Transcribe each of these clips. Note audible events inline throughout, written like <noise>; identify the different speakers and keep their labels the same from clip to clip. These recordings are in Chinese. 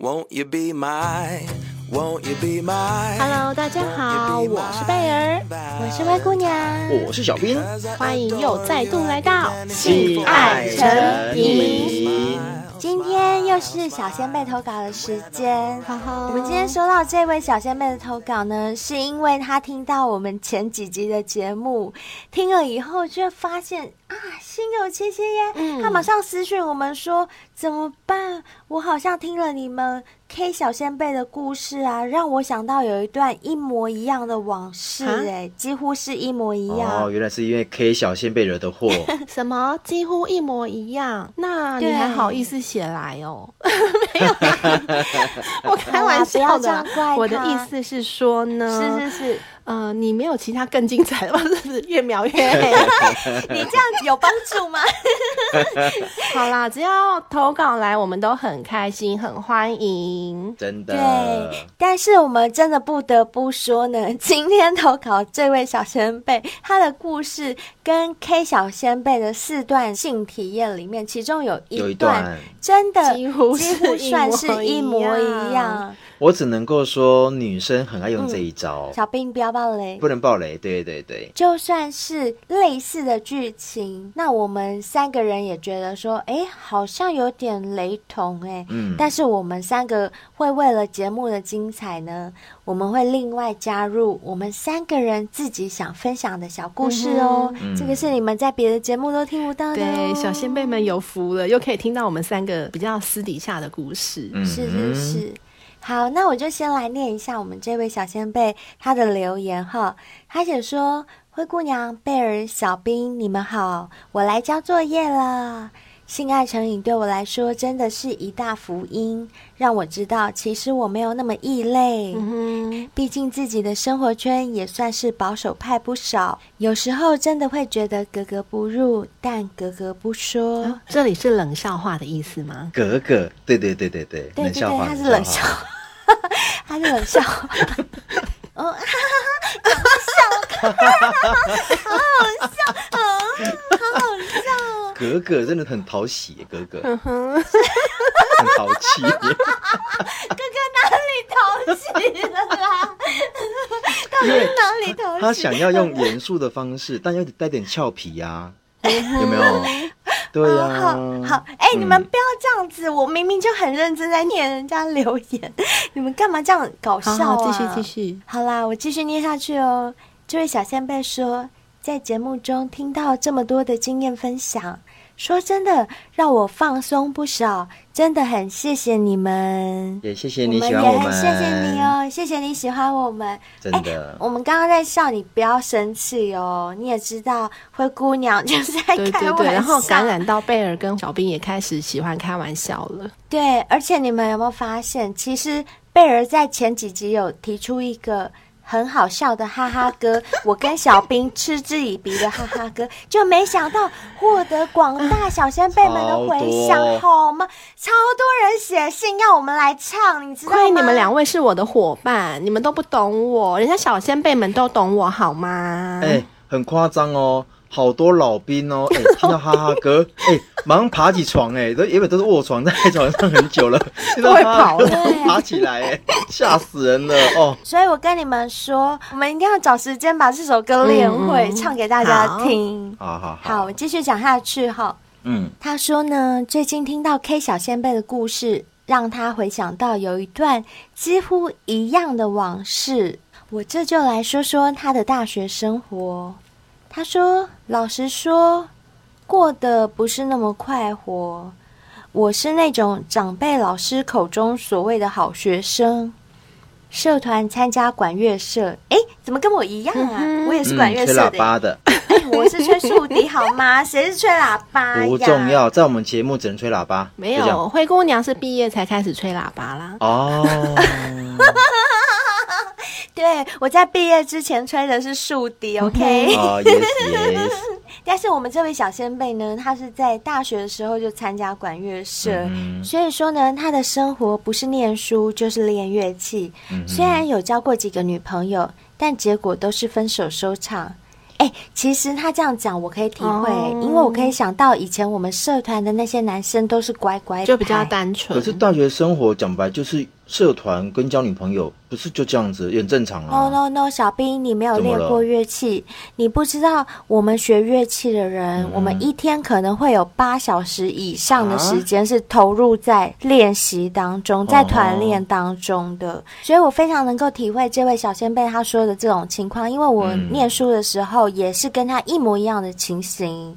Speaker 1: Won't you be my? Won't you be my?
Speaker 2: Hello，大家好，我是贝儿，
Speaker 1: 我
Speaker 2: 我是灰姑娘，
Speaker 3: 我是小兵，
Speaker 2: 欢迎又再度来到
Speaker 3: 性爱成瘾。
Speaker 4: 今天又是小仙贝投稿的时间。
Speaker 2: 哈哈，
Speaker 4: 我们今天收到这位小仙贝的投稿呢，是因为她听到我们前几集的节目，听了以后就发现啊，心有戚戚耶。
Speaker 2: 嗯
Speaker 4: 她马上私讯我们说怎么办？我好像听了你们 K 小仙贝的故事啊，让我想到有一段一模一样的往事
Speaker 2: 啊，
Speaker 4: 哎，几乎是一模一
Speaker 3: 哦，
Speaker 4: 样。
Speaker 3: 原来是因为 K 小仙被惹的
Speaker 4: <laughs>
Speaker 3: 祸，
Speaker 2: 什么几乎一模一样，那你
Speaker 4: 对
Speaker 2: 还好意思写来 <laughs> 哦？没有啦，我开玩
Speaker 4: 好
Speaker 2: 笑的
Speaker 4: 啦不要
Speaker 2: 啦
Speaker 4: 这样怪。他
Speaker 2: 我的意思是说呢，
Speaker 4: 是是是，
Speaker 2: 呃，你没有其他更精彩的吗？是不是越描越 <laughs> 黑？
Speaker 4: 你这样子有帮助吗？
Speaker 2: 好啦，只要投稿来，我们都很开心，很欢迎。
Speaker 3: 真的
Speaker 4: 对。，但是我们真的不得不说呢， <laughs> 今天投稿这位小先辈，他的故事跟 K 小先辈的四段性体验里面，其中有
Speaker 3: 有一
Speaker 4: 一
Speaker 3: 段，
Speaker 4: 真的
Speaker 2: 几乎
Speaker 4: 几
Speaker 2: 是
Speaker 4: 乎
Speaker 2: 一
Speaker 4: 算
Speaker 2: 模
Speaker 4: 是
Speaker 2: 一
Speaker 4: 一模
Speaker 2: 样
Speaker 4: 一样。
Speaker 3: 我只能够说女生很爱用这一招，
Speaker 4: 嗯小兵不要暴雷
Speaker 3: 不。能爆雷。对对对，
Speaker 4: 就算是类似的剧情，那我们三个人也觉得说，哎，好像有点雷同哎、
Speaker 3: 嗯，
Speaker 4: 但是我们三个会为了节目的精彩呢，我们会另外加入我们三个人自己想分享的小故事哦。
Speaker 3: 嗯
Speaker 4: 这个是你们在别的节目都听不到的、
Speaker 2: <laughs>
Speaker 4: 哦。
Speaker 2: 对，小先辈们有福了，又可以听到我们三个比较私底下的故事。
Speaker 3: 嗯
Speaker 4: 是是是。好，那我就先来念一下我们这位小先辈他的留言哈。他写说：“灰姑娘、贝尔、小兵，你们好，我来交作业了。性爱成瘾对我来说真的是一大福音，让我知道其实我没有那么异类。
Speaker 2: 嗯哼，
Speaker 4: 毕竟自己的生活圈也算是保守派不少，有时候真的会觉得格格不入，但格格不说。
Speaker 3: 嗯
Speaker 2: 啊这里是冷笑话的意思吗？
Speaker 3: 格格，对对对对对，
Speaker 4: 对
Speaker 3: 冷
Speaker 4: 对
Speaker 3: 笑
Speaker 4: 对，
Speaker 3: 话，
Speaker 4: 他是冷笑
Speaker 3: 话，
Speaker 4: 话， <laughs> 他是冷笑话。嗯，哈哈哈哈，好好笑，嗯，好好笑哦。
Speaker 3: 格格真的很讨喜，格格，
Speaker 4: 嗯
Speaker 3: 很淘
Speaker 4: <laughs>
Speaker 3: 气，
Speaker 4: 哥哥哪里淘气了啊啦？
Speaker 3: 因为
Speaker 4: 哪里淘气？
Speaker 3: 他想要用严肃的方式，但又得带点俏皮呀，
Speaker 4: 嗯
Speaker 3: 有没有？对呀，
Speaker 4: 哦好好，哎、你们
Speaker 3: 嗯
Speaker 4: 不要这样子，我明明就很认真在念人家留言，你们干嘛这样搞笑
Speaker 2: 好好，
Speaker 4: 啊？
Speaker 2: 继续继续。
Speaker 4: 好啦，我继续念下去哦。这位小先辈说，在节目中听到这么多的经验分享，说真的让我放松不少，真的很谢谢你们。
Speaker 3: 也谢谢你喜
Speaker 4: 也
Speaker 3: 欢我
Speaker 4: 很
Speaker 3: 们，
Speaker 4: 谢谢你，哦，谢谢你喜欢我们。哎
Speaker 3: 真的。
Speaker 4: 我们刚刚在笑，你不要生气哦。你也知道，灰姑娘 <laughs> 就是在开
Speaker 2: 对
Speaker 4: 玩笑，
Speaker 2: 对对，然后感染到贝尔跟小兵也开始喜欢开玩笑了。
Speaker 4: 对，而且你们有没有发现，其实贝尔在前几集有提出一个很好笑的哈哈歌， <laughs> 我跟小兵嗤之以鼻的哈哈歌，就没想到获得广大小先辈们的回
Speaker 3: 超多
Speaker 4: 响，好吗？超多人写信要我们来唱，你知道吗？
Speaker 2: 亏你们两位是我的伙伴，你们都不懂我，人家小先辈们都懂我好吗？
Speaker 3: 哎、很夸张哦，好多老兵哦，
Speaker 2: <laughs>
Speaker 3: 哎、听到哈哈哥，哎、马上爬起床、哎，都原本都是卧床在床上很
Speaker 2: <laughs>
Speaker 3: 久了，听到
Speaker 2: 都会
Speaker 3: 哈哈哥
Speaker 2: 跑
Speaker 3: 马上爬起来、哎，吓死人了哦，
Speaker 4: 所以我跟你们说，我们一定要找时间把这首歌练会，
Speaker 2: 嗯嗯
Speaker 4: 唱给大家
Speaker 2: 好
Speaker 4: 听。
Speaker 3: 好好好，
Speaker 4: 好，我们继续讲下去哈。
Speaker 3: 嗯，
Speaker 4: 他说呢，最近听到 K 小先辈的故事，让他回想到有一段几乎一样的往事。我这就来说说他的大学生活。他说：“老实说，过得不是那么快活。我是那种长辈老师口中所谓的好学生。社团参加管乐社，诶，怎么跟我一样啊？
Speaker 2: 嗯哼
Speaker 4: 我也是管乐
Speaker 3: 嗯、吹
Speaker 4: 社
Speaker 3: 喇
Speaker 4: 的耶、
Speaker 3: 叭的
Speaker 4: 哎我是吹竖笛好吗？谁是吹喇叭呀？
Speaker 3: 不重要，在我们节目只能吹喇叭，
Speaker 2: 哎没
Speaker 3: 就这样
Speaker 2: 有，灰姑娘是毕业才开始吹喇叭啦。 <laughs>
Speaker 3: 哦，
Speaker 4: <laughs> 对，我在毕业之前吹的是竖笛，OK。 <laughs>
Speaker 3: 哦，yes yes，
Speaker 4: 但是我们这位小先辈呢，他是在大学的时候就参加管乐社，
Speaker 3: 嗯
Speaker 4: 所以说呢，他的生活不是念书就是练乐器。
Speaker 3: 嗯
Speaker 4: 虽然有交过几个女朋友，但结果都是分手收场。哎、其实他这样讲，我可以体会、
Speaker 2: 哦
Speaker 4: 因为我可以想到以前我们社团的那些男生都是乖乖牌，
Speaker 2: 哎就比较单纯
Speaker 3: 可。是大学生活讲白就是社团跟交女朋友，不是就这样子，也很正常
Speaker 4: 哦、
Speaker 3: 啊。
Speaker 4: no no，小兵，你没有
Speaker 3: 怎么
Speaker 4: 练
Speaker 3: 了
Speaker 4: 过乐器，你不知道我们学乐器的
Speaker 3: 嗯
Speaker 4: 人，我们一天可能会有八小时以上
Speaker 3: 啊
Speaker 4: 的时间是投入在练习当中，
Speaker 3: 哦
Speaker 4: 在团练当中的。所以我非常能够体会这位小先辈他说的这种情况，因为我
Speaker 3: 嗯
Speaker 4: 念书的时候也是跟他一模一样的情形。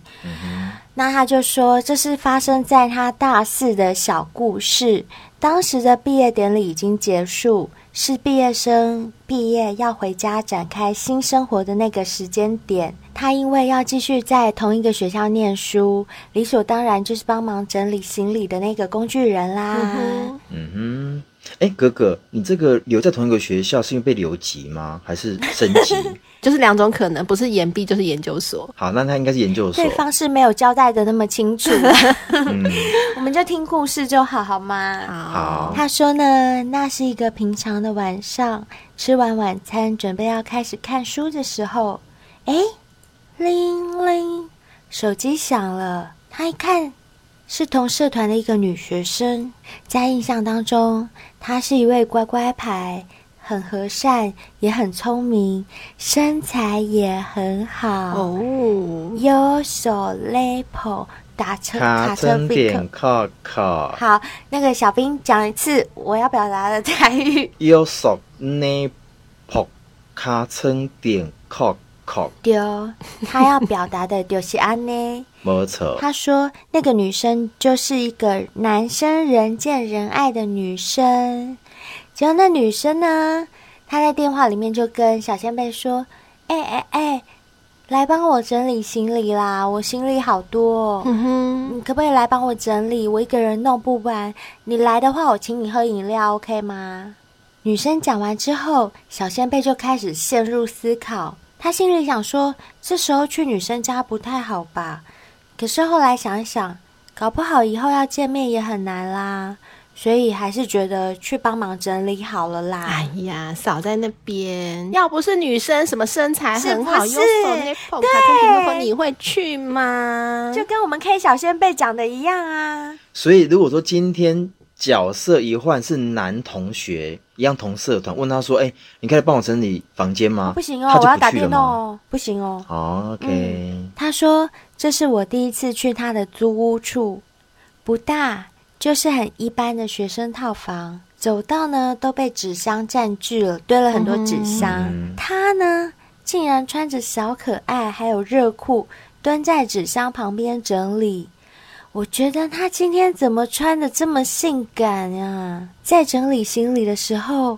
Speaker 4: 那他就说，这是发生在他大四的小故事。当时的毕业典礼已经结束，是毕业生毕业要回家展开新生活的那个时间点。他因为要继续在同一个学校念书，理所当然就是帮忙整理行李的那个工具人啦。
Speaker 2: 嗯
Speaker 3: 嗯哼，哎、哥哥，你这个留在同一个学校是因为被留级吗？还是升
Speaker 4: <laughs>
Speaker 3: 级？
Speaker 2: 哼，就是两种可能，不是研毕就是研究所。
Speaker 3: 好，那他应该是研究所
Speaker 4: 对。方是没有交代的那么清楚， <laughs>
Speaker 3: 嗯，
Speaker 4: 我们就听故事就好，好吗？
Speaker 3: 好，
Speaker 4: 他说呢，那是一个平常的晚上，吃完晚餐准备要开始看书的时候，哎，铃铃，手机响了。他一看，是同社团的一个女学生。在印象当中，她是一位乖乖牌，很和善，也很聪明，身材也很好，
Speaker 2: 哦，
Speaker 4: 优手 lepo，打车
Speaker 3: 卡
Speaker 4: 车
Speaker 3: 真
Speaker 4: Vico
Speaker 3: 点靠靠，
Speaker 4: 好，那个小兵讲一次我要表达的台语。
Speaker 3: 右手内破卡称点靠靠，
Speaker 4: 丢，他要表达的丢西安 <laughs> 呢？
Speaker 3: 没错。
Speaker 4: 他说那个女生就是一个男生人见人爱的女生，结果那女生呢，她在电话里面就跟小先贝说：“哎哎哎，来帮我整理行李啦，我行李好多、哦。
Speaker 2: 嗯哼，
Speaker 4: 你可不可以来帮我整理？我一个人弄不完。你来的话，我请你喝饮料，OK 吗？女生讲完之后，小仙贝就开始陷入思考。她心里想说，这时候去女生家不太好吧？可是后来想一想，搞不好以后要见面也很难啦，所以还是觉得去帮忙整理好了啦。
Speaker 2: 哎呀，少在那边。要不是女生什么身材很好，
Speaker 4: 是
Speaker 2: 又
Speaker 4: 不是
Speaker 2: 手那捧
Speaker 4: 对
Speaker 2: 卡通如果你会去吗？
Speaker 4: 就跟我们 K 小仙贝讲的一样啊。
Speaker 3: 所以如果说今天角色一换是男同学，一样同社团，问他说：“哎、你可以帮我整理房间吗？”
Speaker 4: 不行
Speaker 3: 他
Speaker 4: 哦
Speaker 3: 就，
Speaker 4: 我要
Speaker 3: 不
Speaker 4: 打
Speaker 3: 去
Speaker 4: 电
Speaker 3: 了
Speaker 4: 动
Speaker 3: 吗
Speaker 4: 哦，不行哦。
Speaker 3: 哦 OK，、
Speaker 4: 他说：“这是我第一次去他的租屋处，不大，就是很一般的学生套房。走道呢都被纸箱占据了，堆了很多纸箱。
Speaker 3: 嗯
Speaker 4: 他呢竟然穿着小可爱，还有热裤，蹲在纸箱旁边整理。我觉得他今天怎么穿的这么性感啊？在整理行李的时候，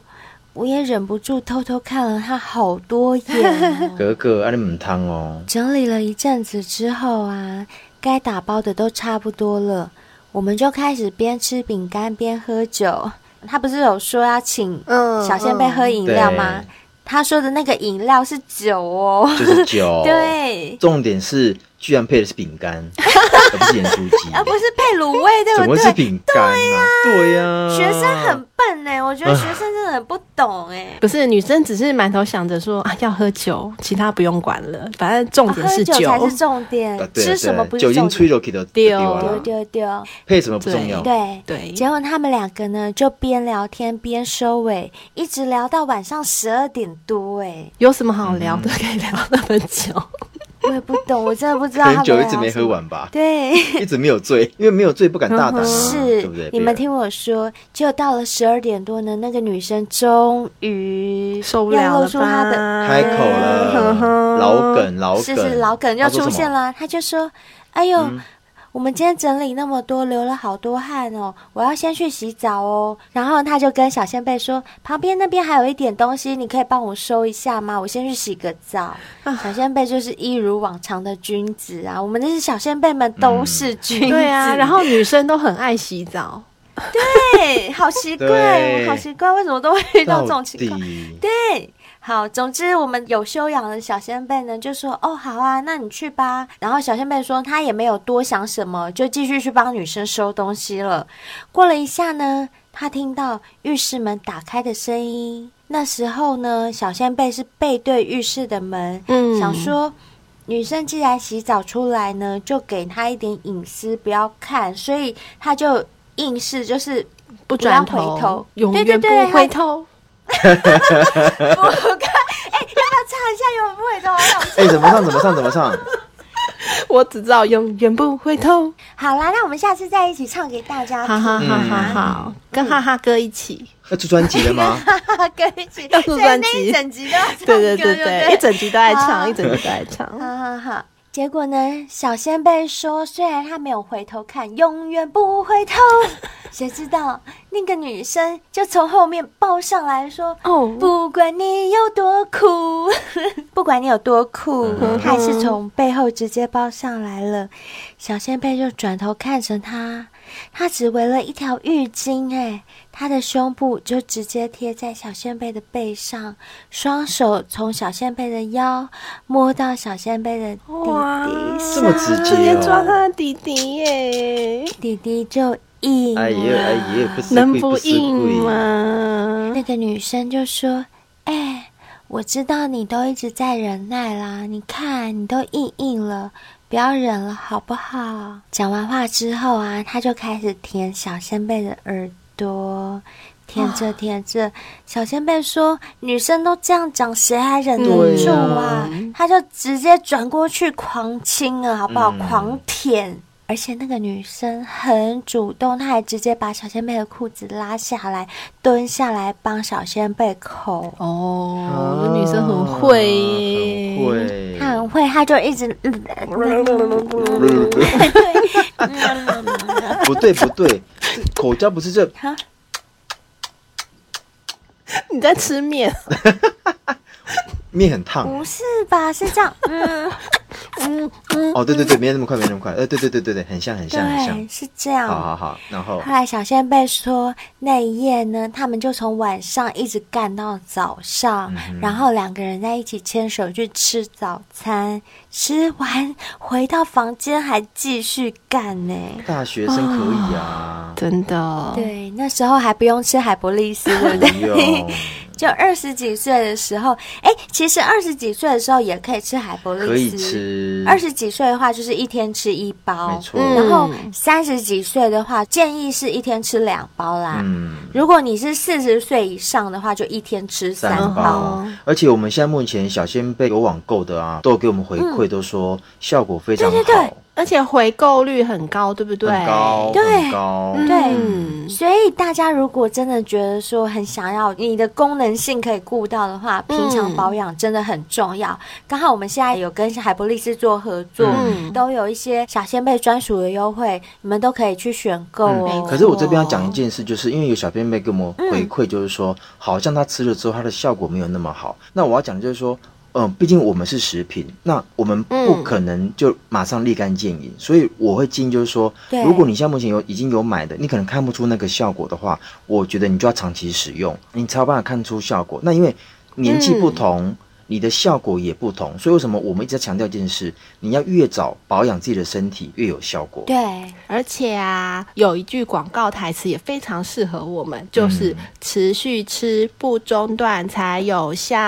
Speaker 4: 我也忍不住偷偷看了他好多眼、哦。”
Speaker 3: 格格，啊你唔汤哦，
Speaker 4: 整理了一阵子之后啊，该打包的都差不多了，我们就开始边吃饼干边喝酒。他不是有说要请
Speaker 2: 嗯
Speaker 4: 小仙贝喝饮
Speaker 3: 嗯
Speaker 4: 料吗？他说的那个饮料是酒哦，。，
Speaker 3: 就是酒
Speaker 4: <laughs> 对，
Speaker 3: 重点是居然配的是饼
Speaker 4: <laughs>
Speaker 3: 干，而不是盐酥鸡，
Speaker 4: 啊而不是配卤味，对
Speaker 3: 怎
Speaker 4: 不
Speaker 3: 么会是
Speaker 4: 对？
Speaker 3: 饼干呢、对呀、
Speaker 4: 学生很笨哎、我觉得学生真的很不懂哎、
Speaker 2: 不是女生，只是满头想着说啊要喝酒，其他不用管了，反正重
Speaker 3: 嗯
Speaker 4: 啊
Speaker 2: 点
Speaker 4: 喝
Speaker 2: 是
Speaker 4: 酒才是重点，
Speaker 3: 啊对啊
Speaker 4: 吃什么不
Speaker 3: 对啊
Speaker 4: 是
Speaker 3: 酒
Speaker 4: 重
Speaker 3: 精吹
Speaker 4: 点。
Speaker 3: 了哦去的
Speaker 2: 对哦
Speaker 4: 丢丢丢，
Speaker 3: 配什么不重要，
Speaker 4: 对。
Speaker 2: 对，
Speaker 4: 结果他们两个呢，就边聊天边收尾，一直聊到晚上十二点多、哎，
Speaker 2: 有什么好聊的可以聊那么
Speaker 4: <laughs>
Speaker 2: 久？
Speaker 4: 我也不懂，我真的
Speaker 3: <laughs>
Speaker 4: 不知道
Speaker 3: 可
Speaker 4: 他
Speaker 3: 能
Speaker 4: 们
Speaker 3: 酒
Speaker 4: 在
Speaker 3: 一直
Speaker 4: 聊
Speaker 3: 没
Speaker 4: 什
Speaker 3: 喝
Speaker 4: 么。
Speaker 3: 完吧，
Speaker 4: 对，
Speaker 3: 一直没有醉，因为没有醉不敢大胆、啊，
Speaker 4: 嗯是
Speaker 3: <laughs> 对不对？
Speaker 4: 你们
Speaker 3: 对啊
Speaker 4: 听我说，就到了十二点多呢，那个女生终于
Speaker 2: 受不
Speaker 4: 要
Speaker 2: 了
Speaker 4: 露
Speaker 2: 了
Speaker 4: 出
Speaker 2: 吧？
Speaker 4: 她的，
Speaker 3: 开口
Speaker 4: 嗯
Speaker 2: 呵
Speaker 3: 了，
Speaker 2: 呵
Speaker 3: 老梗老梗，
Speaker 4: 是是老梗又出现了，她就说：“哎呦。
Speaker 3: 嗯
Speaker 4: 我们今天整理那么多，流了好多汗哦，我要先去洗澡哦。然后她就跟小仙贝说，旁边那边还有一点东西，你可以帮我收一下吗？我先去洗个澡。
Speaker 2: 啊
Speaker 4: 小仙贝就是一如往常的君子啊，我们这些小仙贝们
Speaker 3: 嗯
Speaker 4: 都是君子。
Speaker 2: 对啊，然后女生都很爱洗澡，
Speaker 4: 对，好奇怪，
Speaker 3: <laughs> 对
Speaker 4: 好奇怪，为什么都会遇到这种情况？
Speaker 3: 况，
Speaker 4: 对，好，总之我们有修养的小先辈呢，就说哦，好啊，那你去吧。然后小先辈说他也没有多想什么，就继续去帮女生收东西了。过了一下呢，他听到浴室门打开的声音。那时候呢，小先辈是背对浴室的门，
Speaker 2: 嗯
Speaker 4: 想说女生既然洗澡出来呢，就给她一点隐私，不要看，所以她就硬是就是
Speaker 2: 不
Speaker 4: 不要
Speaker 2: 转
Speaker 4: 回头
Speaker 2: 永
Speaker 4: 对对
Speaker 2: 远不
Speaker 4: 对
Speaker 2: 回头。
Speaker 4: 不看。哎、要不要唱一下《永远不回头》？我想
Speaker 3: 哎，怎么唱？怎么唱？怎么唱？
Speaker 2: 我只知道永远不回头。
Speaker 4: 好啦，那我们下次再一起唱给大家
Speaker 2: 好
Speaker 4: 听。
Speaker 2: 好好好
Speaker 4: <laughs>
Speaker 2: 好，跟哈哈哥一起。
Speaker 3: 要出专辑了吗？
Speaker 4: 跟一起，
Speaker 2: 要出
Speaker 4: 所以
Speaker 2: 专
Speaker 4: 那一
Speaker 2: 辑
Speaker 4: 整集
Speaker 2: <laughs>
Speaker 4: 都要唱歌，
Speaker 2: 对对
Speaker 4: 对
Speaker 2: 对
Speaker 4: 不
Speaker 2: 对，一整集都在
Speaker 4: 好
Speaker 2: 唱，一整集都在唱。
Speaker 4: 好好好。结果呢，小仙贝说，虽然他没有回头看，永远不回头，谁知道那个女生就从后面抱上来说。
Speaker 2: 哦，
Speaker 4: 不管你有多苦， <laughs> 不管你有多苦，
Speaker 2: 嗯
Speaker 4: 还是从背后直接抱上来了。小仙贝就转头看着他，他只围了一条浴巾，哎，他的胸部就直接贴在小仙贝的背上，双手从小仙贝的腰摸到小仙贝的
Speaker 2: 哇
Speaker 4: 弟弟上，
Speaker 3: 这么直接
Speaker 2: 直接
Speaker 3: 哦
Speaker 2: 抓他的弟弟耶，
Speaker 4: 弟弟就硬了。
Speaker 3: 哎呀哎呀，不是
Speaker 2: 能
Speaker 3: 贵
Speaker 2: 不
Speaker 3: 是贵
Speaker 2: 硬吗？
Speaker 4: 那个女生就说：“哎、我知道你都一直在忍耐啦，你看你都硬硬了，不要忍了好不好？”讲完话之后啊，她就开始舔小仙贝的耳朵，舔着舔着，小仙贝说：“女生都这样讲，谁还忍得
Speaker 2: 对
Speaker 4: 住
Speaker 2: 啊
Speaker 4: 啊？”她就直接转过去狂亲啊，好不好？
Speaker 3: 嗯
Speaker 4: 狂舔。而且那个女生很主动，她还直接把小仙贝的裤子拉下来，蹲下来帮小仙贝口。
Speaker 2: 哦，
Speaker 3: 啊
Speaker 2: 那女生很会耶，
Speaker 3: 很
Speaker 4: 她
Speaker 3: 会。
Speaker 4: 很会，她就一直，
Speaker 3: 不对不对，这口交不是这
Speaker 4: 她
Speaker 2: 你在吃面，
Speaker 3: 面很烫
Speaker 4: 不是吧？是这样，嗯，
Speaker 3: 哦，对对对，没那么快，没那么快，呃，对对对对对，很像很像很
Speaker 4: 对，
Speaker 3: 像，
Speaker 4: 是这
Speaker 3: 好
Speaker 4: 样。
Speaker 3: 好好，然后
Speaker 4: 后来小仙贝说，那一夜呢，他们就从晚上一直干到早
Speaker 3: 嗯
Speaker 4: 上，然后两个人在一起牵手去吃早餐，吃完回到房间还继续干呢、
Speaker 3: 大学生可以啊，
Speaker 2: 真的，
Speaker 4: 对，那时候还不用吃海博利斯，对不
Speaker 3: 不 <laughs>
Speaker 4: 哦对？
Speaker 3: 用
Speaker 4: <laughs> 就二十几岁的时候，哎，其实二十几岁的时候也可以吃海博利斯，
Speaker 3: 可以。吃，
Speaker 4: 二十几岁的话，就是一天吃一包，
Speaker 3: 没错
Speaker 4: 然后
Speaker 2: 嗯
Speaker 4: 三十几岁的话，建议是一天吃两包啦。
Speaker 3: 嗯
Speaker 4: 如果你是四十岁以上的话，就一天吃
Speaker 3: 三
Speaker 4: 三包。
Speaker 3: 包，而且我们现在目前小仙贝有网购的啊，都有给我们回馈，都说效果非常
Speaker 4: 嗯对对
Speaker 3: 好，
Speaker 2: 而且回购率很高，对不对？
Speaker 3: 很高
Speaker 4: 对
Speaker 3: 很高，
Speaker 2: 嗯，
Speaker 4: 对所以大家如果真的觉得说很想要你的功能性可以顾到的话，
Speaker 2: 嗯
Speaker 4: 平常保养真的很重要。刚好我们现在有跟海博利斯做合作，
Speaker 2: 嗯
Speaker 4: 都有一些小仙贝专属的优惠，你们都可以去选购哦。
Speaker 2: 嗯
Speaker 3: 可是我这边要讲一件事，就是因为有小编妹给我们回
Speaker 4: 嗯
Speaker 3: 馈，就是说、好像她吃了之后，它的效果没有那么好。那我要讲的就是说，嗯、毕竟我们是食品，那我们不
Speaker 2: 嗯
Speaker 3: 可能就马上立竿见影，所以我会建议就是说
Speaker 4: 对，
Speaker 3: 如果你现在目前有已经有买的，你可能看不出那个效果的话，我觉得你就要长期使用，你才有办法看出效果。那因为年纪不
Speaker 2: 嗯
Speaker 3: 同。你的效果也不同，所以为什么我们一直在强调一件事：你要越早保养自己的身体，越有效果。
Speaker 4: 对，
Speaker 2: 而且啊，有一句广告台词也非常适合我们，
Speaker 3: 嗯
Speaker 2: 就是持续吃不中断才有效。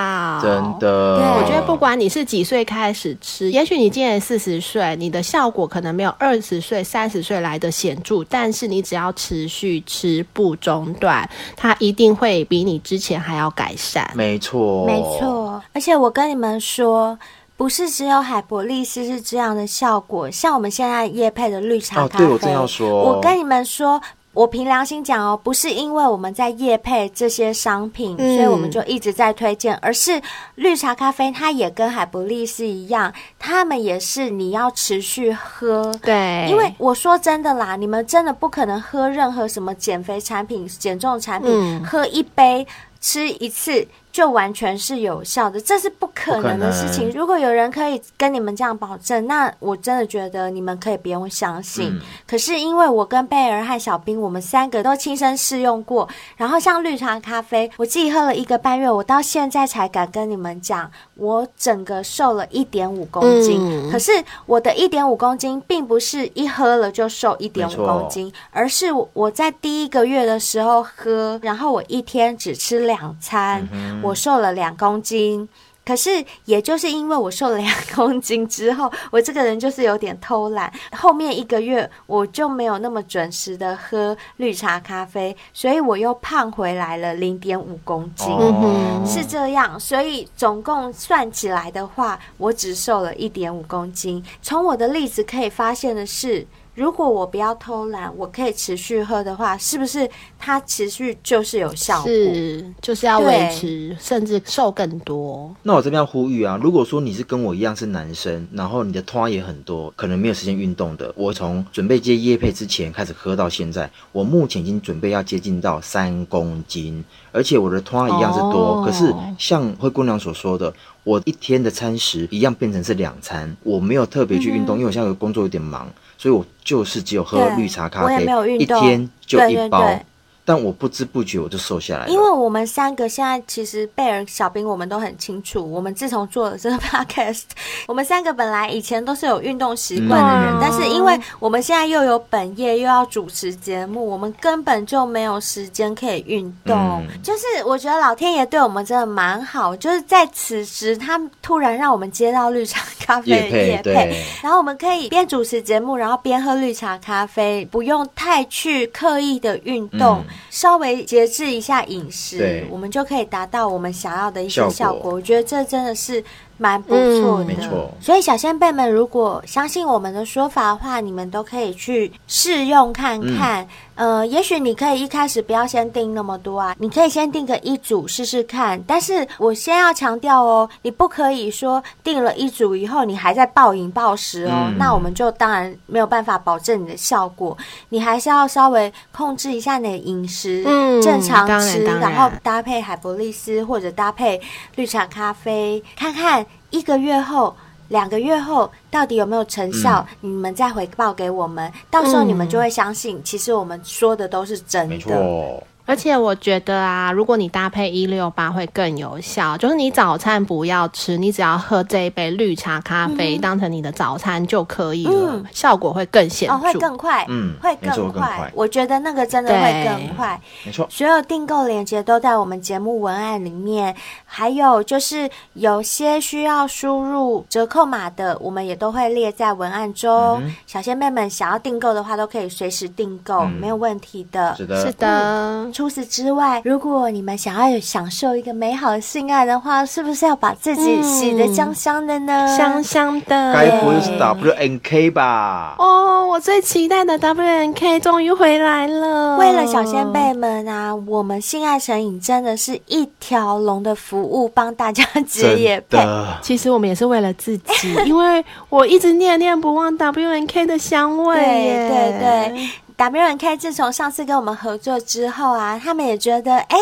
Speaker 3: 真。的，
Speaker 4: 对
Speaker 2: 我觉得不管你是几岁开始吃，也许你今年四十岁，你的效果可能没有二十岁、三十岁来的显著，但是你只要持续吃不中断，它一定会比你之前还要改善。
Speaker 3: 没错，
Speaker 4: 没。错。而且我跟你们说。不是只有海博利斯是这样的效果，像我们现在夜配的绿茶
Speaker 3: 哦
Speaker 4: 咖啡，
Speaker 3: 对我正要说
Speaker 4: 我跟你们说，我凭良心讲哦，不是因为我们在夜配这些商品，
Speaker 2: 嗯
Speaker 4: 所以我们就一直在推荐，而是绿茶咖啡它也跟海博利斯一样，他们也是你要持续喝，
Speaker 2: 对，
Speaker 4: 因为我说真的啦，你们真的不可能喝任何什么减肥产品、减重产品，
Speaker 2: 嗯
Speaker 4: 喝一杯、吃一次就完全是有效的，这是不可能的事情。
Speaker 3: 不可能
Speaker 4: 如果有人可以跟你们这样保证，那我真的觉得你们可以不用相信。
Speaker 3: 嗯
Speaker 4: 可是因为我跟贝儿和小兵，我们三个都亲身试用过，然后像绿茶咖啡，我自己喝了一个半月，我到现在才敢跟你们讲，我整个瘦了一点五公斤。
Speaker 2: 嗯
Speaker 4: 可是我的一点五公斤，并不是一喝了就瘦一点
Speaker 3: 没
Speaker 4: 五
Speaker 3: 错
Speaker 4: 公斤，而是我我在第一个月的时
Speaker 3: 嗯
Speaker 4: 候喝，然后我一天只吃两餐，我瘦了两公斤。可是，也就是因为我瘦了两公斤之后，我这个人就是有点偷懒。后面一个月我就没有那么准时的喝绿茶咖啡，所以我又胖回来了零点五公
Speaker 3: 哦
Speaker 4: 斤。
Speaker 2: 嗯哼
Speaker 4: 是这样，所以总共算起来的话，我只瘦了一点五公斤。从我的例子可以发现的是，如果我不要偷懒，我可以持续喝的话，是不是它持续就是有效果？
Speaker 2: 是就是要维
Speaker 4: 对
Speaker 2: 持，甚至瘦更多。
Speaker 3: 那我这边要呼吁啊，如果说你是跟我一样是男生，然后你的拖也很多，可能没有时间运动的，我从准备接叶配之前开始喝到现在，我目前已经准备要接近到三公斤，而且我的拖一样是多，
Speaker 2: 哦
Speaker 3: 可是像灰姑娘所说的，我一天的餐食一样变成是两餐，我没有特别去运动，因为我现在有工作有点忙，所以我就是只有喝
Speaker 4: 对
Speaker 3: 绿茶咖
Speaker 4: 我也
Speaker 3: 啡
Speaker 4: 没有，
Speaker 3: 一
Speaker 4: 运动
Speaker 3: 天就
Speaker 4: 对
Speaker 3: 一
Speaker 4: 对
Speaker 3: 包。
Speaker 4: 对
Speaker 3: 但我不知不觉我就瘦下来了，
Speaker 4: 因为我们三个现在其实贝尔、小兵我们都很清楚，我们自从做了这个 <laughs> podcast，我们三个本来以前都是有运动习惯的人，
Speaker 3: 嗯
Speaker 4: 但是因为我们现在又有本业又要主持节目，我们根本就没有时间可以运动。
Speaker 3: 嗯
Speaker 4: 就是我觉得老天爷对我们真的蛮好，就是在此时他突然让我们接到绿茶咖啡
Speaker 3: 叶
Speaker 4: 的
Speaker 3: 配
Speaker 4: 夜配
Speaker 3: 对。
Speaker 4: 然后我们可以边主持节目，然后边喝绿茶咖啡，不用太去刻意的运动，
Speaker 3: 嗯
Speaker 4: 稍微节制一下饮食
Speaker 3: 对，
Speaker 4: 我们就可以达到我们想要的一些效
Speaker 3: 效
Speaker 4: 果。
Speaker 3: 果
Speaker 4: 我觉得这真的是蛮不错的。
Speaker 2: 嗯
Speaker 3: 没错
Speaker 4: 所以小先辈们，如果相信我们的说法的话，你们都可以去试用看
Speaker 2: 嗯
Speaker 4: 看。呃，也许你可以一开始不要先定那么多啊，你可以先定个一组试试看。但是我先要强调哦，你不可以说定了一组以后你还在暴饮暴食哦，
Speaker 3: 嗯
Speaker 4: 那我们就当然没有办法保证你的效果。你还是要稍微控制一下你的饮食，
Speaker 2: 嗯
Speaker 4: 正常
Speaker 2: 当然
Speaker 4: 吃，
Speaker 2: 当然
Speaker 4: 后搭配海博利斯或者搭配绿茶咖啡，看看一个月后。两个月后到底有没有成效？
Speaker 3: 嗯
Speaker 4: 你们再回报给我们，到时候你们就会相信，其实我们说的都是真
Speaker 3: 没
Speaker 4: 的。
Speaker 3: 错，
Speaker 2: 而且我觉得啊，如果你搭配一六八会更有效，就是你早餐不要吃，你只要喝这一杯绿茶咖啡、当成你的早餐就可以了，
Speaker 4: 嗯
Speaker 2: 效果会更显著。
Speaker 4: 哦，会更快，
Speaker 3: 嗯
Speaker 4: 会
Speaker 3: 没错
Speaker 4: 更
Speaker 3: 更快
Speaker 4: 我觉得那个真的会
Speaker 2: 对
Speaker 4: 更快。
Speaker 3: 没错。
Speaker 4: 所有订购链接都在我们节目文案里面，还有就是有些需要输入折扣码的，我们也都会列在文案中。小仙妹们想要订购的话，都可以随时订购，
Speaker 3: 嗯
Speaker 4: 没有问题的。
Speaker 3: 是
Speaker 2: 是
Speaker 3: 的，
Speaker 2: 的，
Speaker 4: 除此之外，如果你们想要有享受一个美好的性爱的话，是不是要把自己洗得香香的呢？
Speaker 2: 香香的。
Speaker 3: 该不会是 W N K 吧？
Speaker 2: 哦，我最期待的 W N K 终于回来了。
Speaker 4: 为了小先辈们啊，我们性爱成瘾真的是一条龙的服务，帮大家 <laughs> 接也
Speaker 3: 真
Speaker 4: 配。
Speaker 3: 的，
Speaker 2: 其实我们也是为了自
Speaker 4: <laughs>
Speaker 2: 己，因为我一直念念不忘 W N K 的香味耶。
Speaker 4: 对对对。W N K 自从上次跟我们合作之后啊，他们也觉得，哎、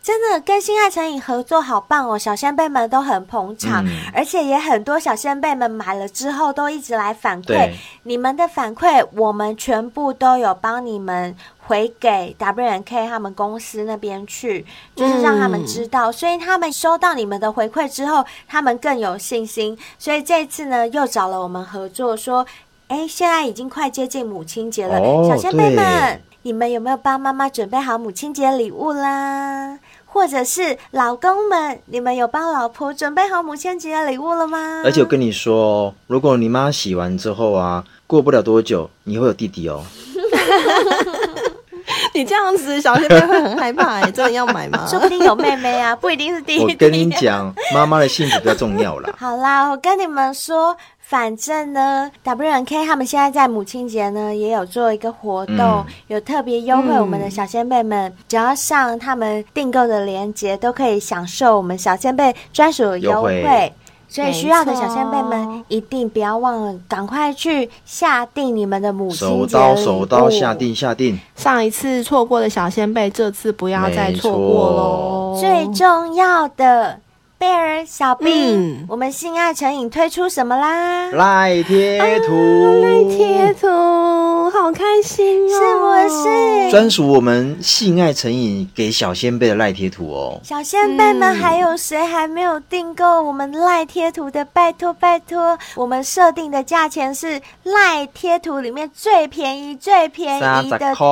Speaker 4: 真的跟新爱成瘾合作好棒哦，小先辈们都很捧场，
Speaker 3: 嗯
Speaker 4: 而且也很多小先辈们买了之后都一直来反馈
Speaker 3: 对，
Speaker 4: 你们的反馈我们全部都有帮你们回给 W N K 他们公司那边去，就是让他们知道，所以他们收到你们的回馈之后，他们更有信心，所以这次呢又找了我们合作说。哎，现在已经快接近母亲节了，
Speaker 3: 哦
Speaker 4: 小先辈们
Speaker 3: 对，
Speaker 4: 你们有没有帮妈妈准备好母亲节礼物啦？或者是老公们，你们有帮老婆准备好母亲节的礼物了吗？
Speaker 3: 而且我跟你说哦，如果你妈洗完之后啊，过不了多久，你会有弟弟哦。
Speaker 2: 你这样子，小仙贝会很害怕耶。真的要买
Speaker 4: <laughs>
Speaker 2: 吗？
Speaker 4: 说不定有妹妹啊，不一定是弟弟。
Speaker 3: 我跟你讲，妈妈的幸福比较重要啦。
Speaker 4: 好啦，我跟你们说，反正呢，W N K 他们现在在母亲节呢也有做一个活动，
Speaker 3: 嗯
Speaker 4: 有特别优惠，我们的小先辈们、只要上他们订购的链接，都可以享受我们小先辈专属的优
Speaker 3: 优惠
Speaker 4: 所以需要的
Speaker 2: 没
Speaker 4: 小
Speaker 2: 错
Speaker 4: 先辈们一定不要忘了，赶快去下定你们的 <laughs> 母
Speaker 3: 手
Speaker 4: 亲节
Speaker 3: 刀
Speaker 4: 礼
Speaker 3: 手刀
Speaker 4: 物
Speaker 3: 下定下定，
Speaker 2: 上一次错过的小先贝，这次不要再错过喽。
Speaker 4: 最重要的，贝尔小兵，
Speaker 2: 嗯
Speaker 4: 我们性爱成瘾推出什么啦？
Speaker 3: 赖贴
Speaker 4: 哦
Speaker 3: 图，
Speaker 2: 赖贴图，好开心哦！
Speaker 4: 是不是？
Speaker 3: 专属我们性爱成瘾给小先辈的赖贴图哦。
Speaker 4: 小先辈们，
Speaker 2: 嗯
Speaker 4: 还有谁还没有订购我们赖贴图的？拜托拜托，我们设定的价钱是赖贴图里面最便宜、最便
Speaker 3: 三
Speaker 4: 宜
Speaker 3: 十
Speaker 4: 哎的，
Speaker 3: 块，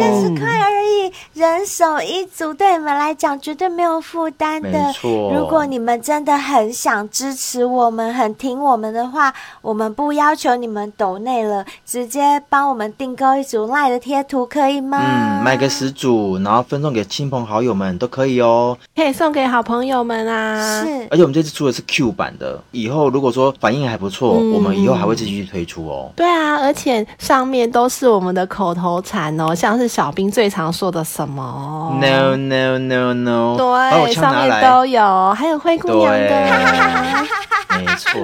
Speaker 3: 三
Speaker 4: 三
Speaker 3: 十
Speaker 4: 十块而已，人手一组，对你们来讲绝对没有负担的
Speaker 3: 没。错错。
Speaker 4: 如果你们真的很想支持我们、很听我们的话，我们不要求你们抖内了，直接帮我们订购一组赖的贴图可以吗？
Speaker 3: 嗯，买个十组，然后分送给亲朋好友们都可以哦。
Speaker 2: 可以送给好朋友们啊。
Speaker 4: 是
Speaker 3: 而且我们这次出的是 Q 版的，以后如果说反应还不错，
Speaker 2: 嗯
Speaker 3: 我们以后还会继续推出哦。
Speaker 2: 对啊，而且上面都是我们的口头禅哦，像是小兵最常说的什么哦
Speaker 3: No no no no，把我
Speaker 2: 对，
Speaker 3: 枪
Speaker 2: 上
Speaker 3: 拿
Speaker 2: 面
Speaker 3: 来，
Speaker 2: 都有，还有灰姑娘的，
Speaker 3: 对，没错，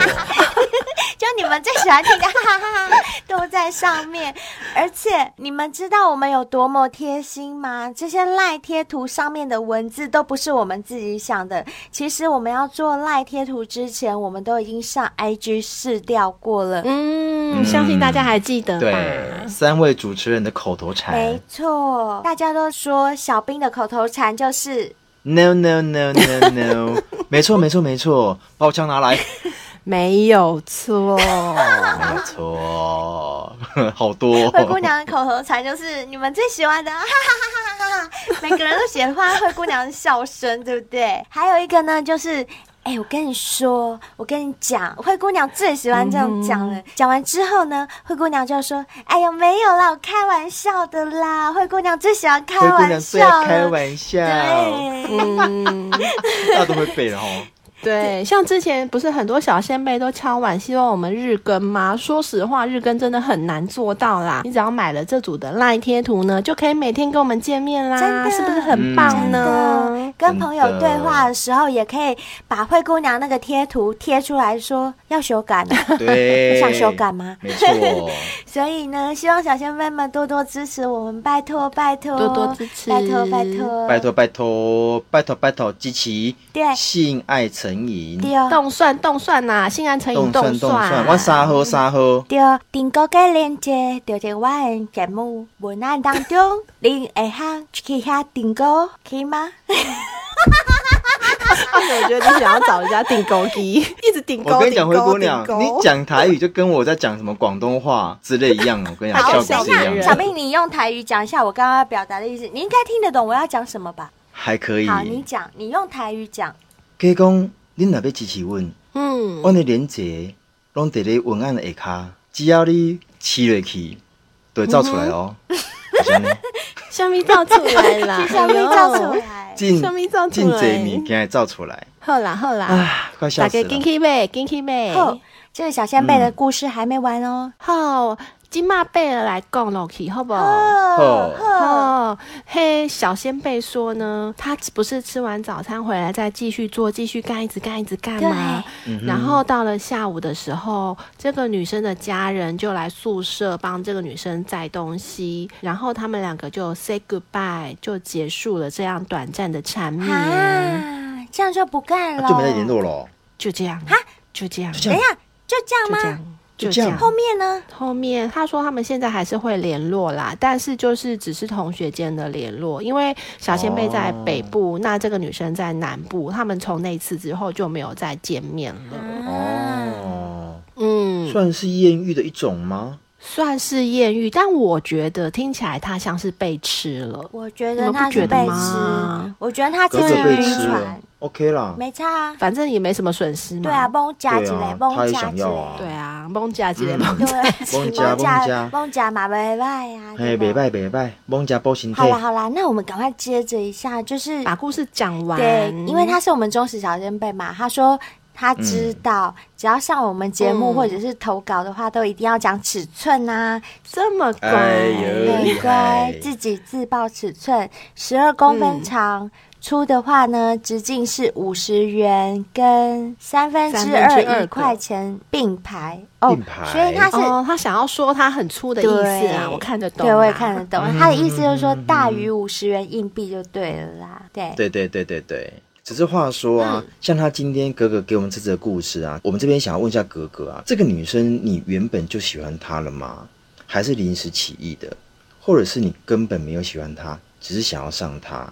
Speaker 4: 就你们最喜欢听的 <laughs> 哈哈哈哈都在上面，而且你们知道我们有多么贴心吗？这些赖贴图上面的文字都不是我们自己想的。其实我们要做赖贴图之前，我们都已经上 IG 试掉过了。
Speaker 2: 嗯，
Speaker 3: 嗯
Speaker 2: 相信大家还记得吧？ <laughs>
Speaker 3: 对，三位主持人的口头
Speaker 4: 没
Speaker 2: 哎
Speaker 3: 禅
Speaker 4: 错，大家都说小兵的口头禅就是
Speaker 3: ，No no no no no，没错没错没错，把我枪拿来，哦
Speaker 2: 没有错，
Speaker 3: 没错， <laughs> 好多、
Speaker 4: 灰姑
Speaker 3: 哦。
Speaker 4: 娘的口头禅就是你们最喜欢的，哈哈哈哈哈哈！每个人都喜欢灰姑娘的笑声，对不对？还有一个呢，就是。哎、我跟你说，我跟你讲，灰姑娘最喜欢这样讲了。讲、完之后呢，灰姑娘就说：“哎呀，没有啦，我开玩笑的啦。”灰姑娘最喜欢开
Speaker 3: 灰姑
Speaker 4: 玩
Speaker 3: 娘最
Speaker 4: 笑了，
Speaker 3: 爱开玩笑，
Speaker 4: 对，
Speaker 2: 嗯，
Speaker 3: 大家都会背了哦。
Speaker 2: 对，像之前不是很多小先辈都敲碗希望我们日更吗？说实话，日更真的很难做到啦。你只要买了这组的赖贴图呢，就可以每天跟我们见面
Speaker 4: 真的
Speaker 2: 啦，是不是很棒
Speaker 4: 真
Speaker 2: 呢？
Speaker 4: 的，跟朋友对话的时候，也可以把灰姑娘那个贴图贴出来说要修改呢。
Speaker 3: 对，
Speaker 4: 我想修改吗
Speaker 3: 没错，
Speaker 4: 所以呢，希望小先辈们多多支持我们，拜托拜托，
Speaker 2: 多多支持
Speaker 4: 拜托拜托，
Speaker 3: 拜。托拜托拜托拜托，激起
Speaker 4: 对
Speaker 3: 性爱成瘾，
Speaker 4: 对哦
Speaker 2: 动算动算呐、性安成瘾
Speaker 3: 动算动
Speaker 2: 算
Speaker 3: 算，我沙喝沙喝，
Speaker 4: 对哦，订购嘅链接就是我的节目文案当中，恁会晓去遐订购，可以吗？
Speaker 2: 我觉得你想要找人家订购机， <laughs> 一直订购。
Speaker 3: 我跟你讲，
Speaker 2: 订
Speaker 3: 灰
Speaker 2: 购
Speaker 3: 姑娘，
Speaker 2: 订
Speaker 3: 你
Speaker 2: 购
Speaker 3: 讲台语就跟我在讲什么广东话之类一样，我跟你
Speaker 2: 好
Speaker 3: 讲效
Speaker 4: 小
Speaker 3: 果是一样
Speaker 2: 等
Speaker 4: 兵，
Speaker 2: 人
Speaker 4: 小
Speaker 3: 的，
Speaker 4: 兵，你用台语讲一下我刚刚要表达的意思，你应该听得懂我要讲什么吧？
Speaker 3: 还可以。
Speaker 4: 好，你讲，你用台语讲。
Speaker 3: 可以讲，你若要支持阮，
Speaker 2: 嗯，
Speaker 3: 阮的链接拢伫咧文案的下骹，只要你试落去，就会照出来哦。就安尼
Speaker 2: 小咪照出来
Speaker 3: <laughs>
Speaker 2: 啦，
Speaker 4: 小兵
Speaker 2: 哎
Speaker 4: 叫
Speaker 2: 呦
Speaker 4: 出来，
Speaker 3: 进
Speaker 2: 什么照出
Speaker 3: 进
Speaker 2: 来
Speaker 3: 这物件会照出来
Speaker 2: 好啦好啦，
Speaker 3: 啊，快笑
Speaker 2: 大
Speaker 3: 死
Speaker 2: 家
Speaker 3: 了
Speaker 2: 进。去呗，进去呗。
Speaker 4: 后这个小仙贝的故事还没完哦。
Speaker 2: 好，今嘛贝尔来讲落去，好不好？
Speaker 3: 嗯
Speaker 4: 哦哦，
Speaker 2: 哦，嘿，小仙贝说呢，他不是吃完早餐回来再继续做，继续干，一直干，一直干吗？
Speaker 4: 嗯
Speaker 2: 然后到了下午的时候，这个女生的家人就来宿舍帮这个女生载东西，然后他们两个就 say goodbye，就结束了这样短暂的缠绵，
Speaker 4: 啊，这样就不干了，
Speaker 3: 就没再联络了。
Speaker 2: 就这样，就这样，
Speaker 3: 就这
Speaker 2: 就
Speaker 3: 样
Speaker 4: 等一下，就这样
Speaker 2: 这
Speaker 4: 吗？
Speaker 2: 样，
Speaker 3: 就
Speaker 2: 就
Speaker 3: 这
Speaker 2: 这
Speaker 3: 样
Speaker 2: 样。
Speaker 4: 后面呢？
Speaker 2: 后面他说他们现在还是会联络啦，但是就是只是同学间的联络，因为小仙贝在北
Speaker 3: 哦
Speaker 2: 部，那这个女生在南部，他们从那次之后就没有再见面了。
Speaker 3: 嗯
Speaker 4: 啊，
Speaker 3: 哦，
Speaker 2: 嗯，
Speaker 3: 算是艳遇的一种
Speaker 4: 嗯
Speaker 3: 吗？
Speaker 2: 算是艳遇，但我觉得听起来他像是被吃了。
Speaker 4: 我觉
Speaker 2: 你
Speaker 4: 得
Speaker 2: 们不
Speaker 4: 他
Speaker 2: 觉
Speaker 4: 是被
Speaker 2: 得
Speaker 4: 吃
Speaker 2: 吗，
Speaker 4: 我觉得他其
Speaker 3: 隔着
Speaker 4: 实
Speaker 2: 对啊
Speaker 3: 被
Speaker 4: 晕
Speaker 3: 吃哦
Speaker 4: 船
Speaker 3: 了，，OK 啦。
Speaker 4: 没差啊。
Speaker 2: 反正也没什么损失嘛。
Speaker 4: 对啊，，崩夹起来，
Speaker 3: 对啊
Speaker 4: 崩
Speaker 3: 他也
Speaker 4: 夹
Speaker 3: 想
Speaker 4: 起
Speaker 3: 要
Speaker 4: 来
Speaker 3: 啊。
Speaker 2: 对啊，蒙加吉
Speaker 3: 嗯
Speaker 2: 雷蒙
Speaker 4: 对，
Speaker 3: 崩
Speaker 4: <laughs>
Speaker 3: 夹
Speaker 4: 夹
Speaker 3: 崩夹
Speaker 4: 崩夹嘛，拜拜呀！
Speaker 3: 哎，
Speaker 4: 对
Speaker 3: 袂
Speaker 4: 吧
Speaker 3: 歹袂歹，蒙加保身体
Speaker 4: 好。啦好啦，那我们赶快接着一下，就是
Speaker 2: <laughs> 把故事讲完。
Speaker 4: 对，因为他是我们忠实小先辈嘛，他说他知
Speaker 3: 嗯
Speaker 4: 道，只要上我们节目
Speaker 2: 嗯
Speaker 4: 或者是投稿的话，都一定要讲尺寸啊，
Speaker 2: 这么乖，
Speaker 3: 哎呦嗯
Speaker 4: 对
Speaker 3: 厉害
Speaker 4: 乖，自己自报尺寸，十二公分
Speaker 2: 嗯
Speaker 4: 长。粗的话呢，直径是五十元，跟三分之
Speaker 2: 三分之
Speaker 4: 二
Speaker 2: 二
Speaker 4: 一
Speaker 2: 个
Speaker 4: 块钱并排哦
Speaker 3: 并，排
Speaker 4: 所以他是
Speaker 2: 哦，他想要说他很粗的意思啊，
Speaker 4: 对
Speaker 2: 我看得懂、啊，
Speaker 4: 对，我也看得懂。
Speaker 3: 嗯
Speaker 4: 他的意思就是说
Speaker 3: 嗯嗯嗯，
Speaker 4: 大于五十元硬币就对了啦。对，
Speaker 3: 对对对对对。只是话说啊，
Speaker 4: 嗯
Speaker 3: 像他今天格格给我们这则故事啊，我们这边想要问一下格格啊，这个女生你原本就喜欢她了吗？还是临时起意的？或者是你根本没有喜欢她，只是想要上她？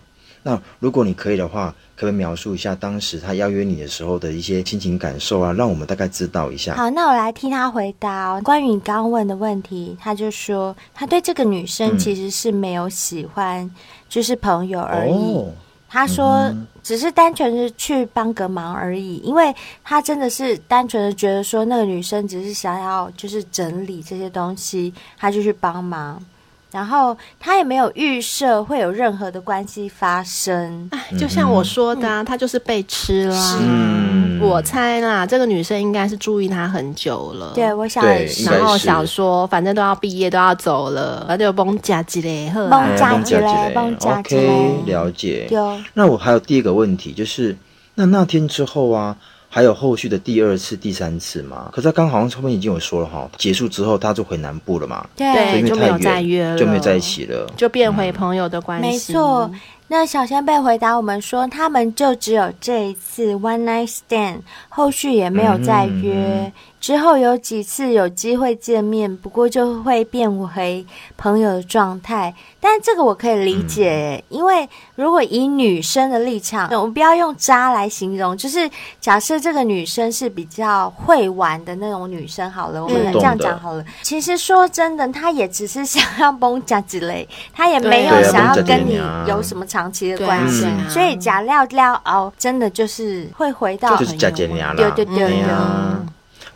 Speaker 3: 那如果你可以的话，可不可以描述一下当时她邀约你的时候的一些心情感受啊，让我们大概知道一下？
Speaker 4: 好，那我来替他回答、哦、关于你刚刚问的问题，他就说他对这个女生
Speaker 3: 嗯
Speaker 4: 其实是没有喜欢，就是朋友而已。
Speaker 3: 哦，
Speaker 4: 他说只是单纯是去帮个忙而已，因为他真的是单纯的觉得说那个女生只是想要就是整理这些东西，他就去帮忙。然后他也没有预设会有任何的关系发生，
Speaker 2: 哎，就像我说的、啊，
Speaker 4: 嗯
Speaker 2: 她就是被吃啦、
Speaker 3: 嗯
Speaker 2: 我猜啦，这个女生应该是注意他很久了。
Speaker 4: 对我想
Speaker 3: 对
Speaker 4: 也
Speaker 3: 应该
Speaker 4: 是
Speaker 2: 然后
Speaker 3: 是
Speaker 2: 想说，反正都要毕业，都要走了，那就崩假鸡嘞，呵啊，
Speaker 4: 崩加起来
Speaker 3: 蹦
Speaker 4: 蹦加起来
Speaker 3: OK，了解。
Speaker 4: 有
Speaker 3: 那我还有第一个问题，就是那那天之后啊，还有后续的第二次、第三次吗？可是他刚好像后面已经有说了哈，结束之后他就回南部了嘛，所以
Speaker 2: 对
Speaker 3: 因
Speaker 2: 哎
Speaker 3: 为
Speaker 2: 就没有
Speaker 3: 太远
Speaker 2: 再约了
Speaker 3: 就没有在一起了。
Speaker 2: 就变回
Speaker 3: 嗯
Speaker 2: 朋友的关系。
Speaker 4: 没错，，那小仙贝回答我们说，他们就只有这一次 one night stand，后续也没有再约。之后有几次有机会见面，不过就会变回朋友的状态。但这个我可以理解，因为如果以女生的立场，我们不要用渣来形容，就是假设这个女生是比较会玩的那种女生好了，我们
Speaker 2: 嗯
Speaker 4: 这样
Speaker 3: 懂的
Speaker 4: 讲好了。其实说真的，她也只是想要 <laughs> 崩甲之类，她也没有
Speaker 2: 对啊
Speaker 4: 想要
Speaker 3: 蹦
Speaker 4: 跟
Speaker 3: 极
Speaker 4: 你
Speaker 3: 而已啊
Speaker 4: 有什么长期的
Speaker 2: 对
Speaker 4: 关
Speaker 2: 啊，
Speaker 4: 系
Speaker 2: 对。
Speaker 3: 嗯
Speaker 2: 啊
Speaker 4: 所以假料料熬，真的就是会回到
Speaker 3: 就是假姐娘啦，
Speaker 4: 对对对
Speaker 3: 哎呀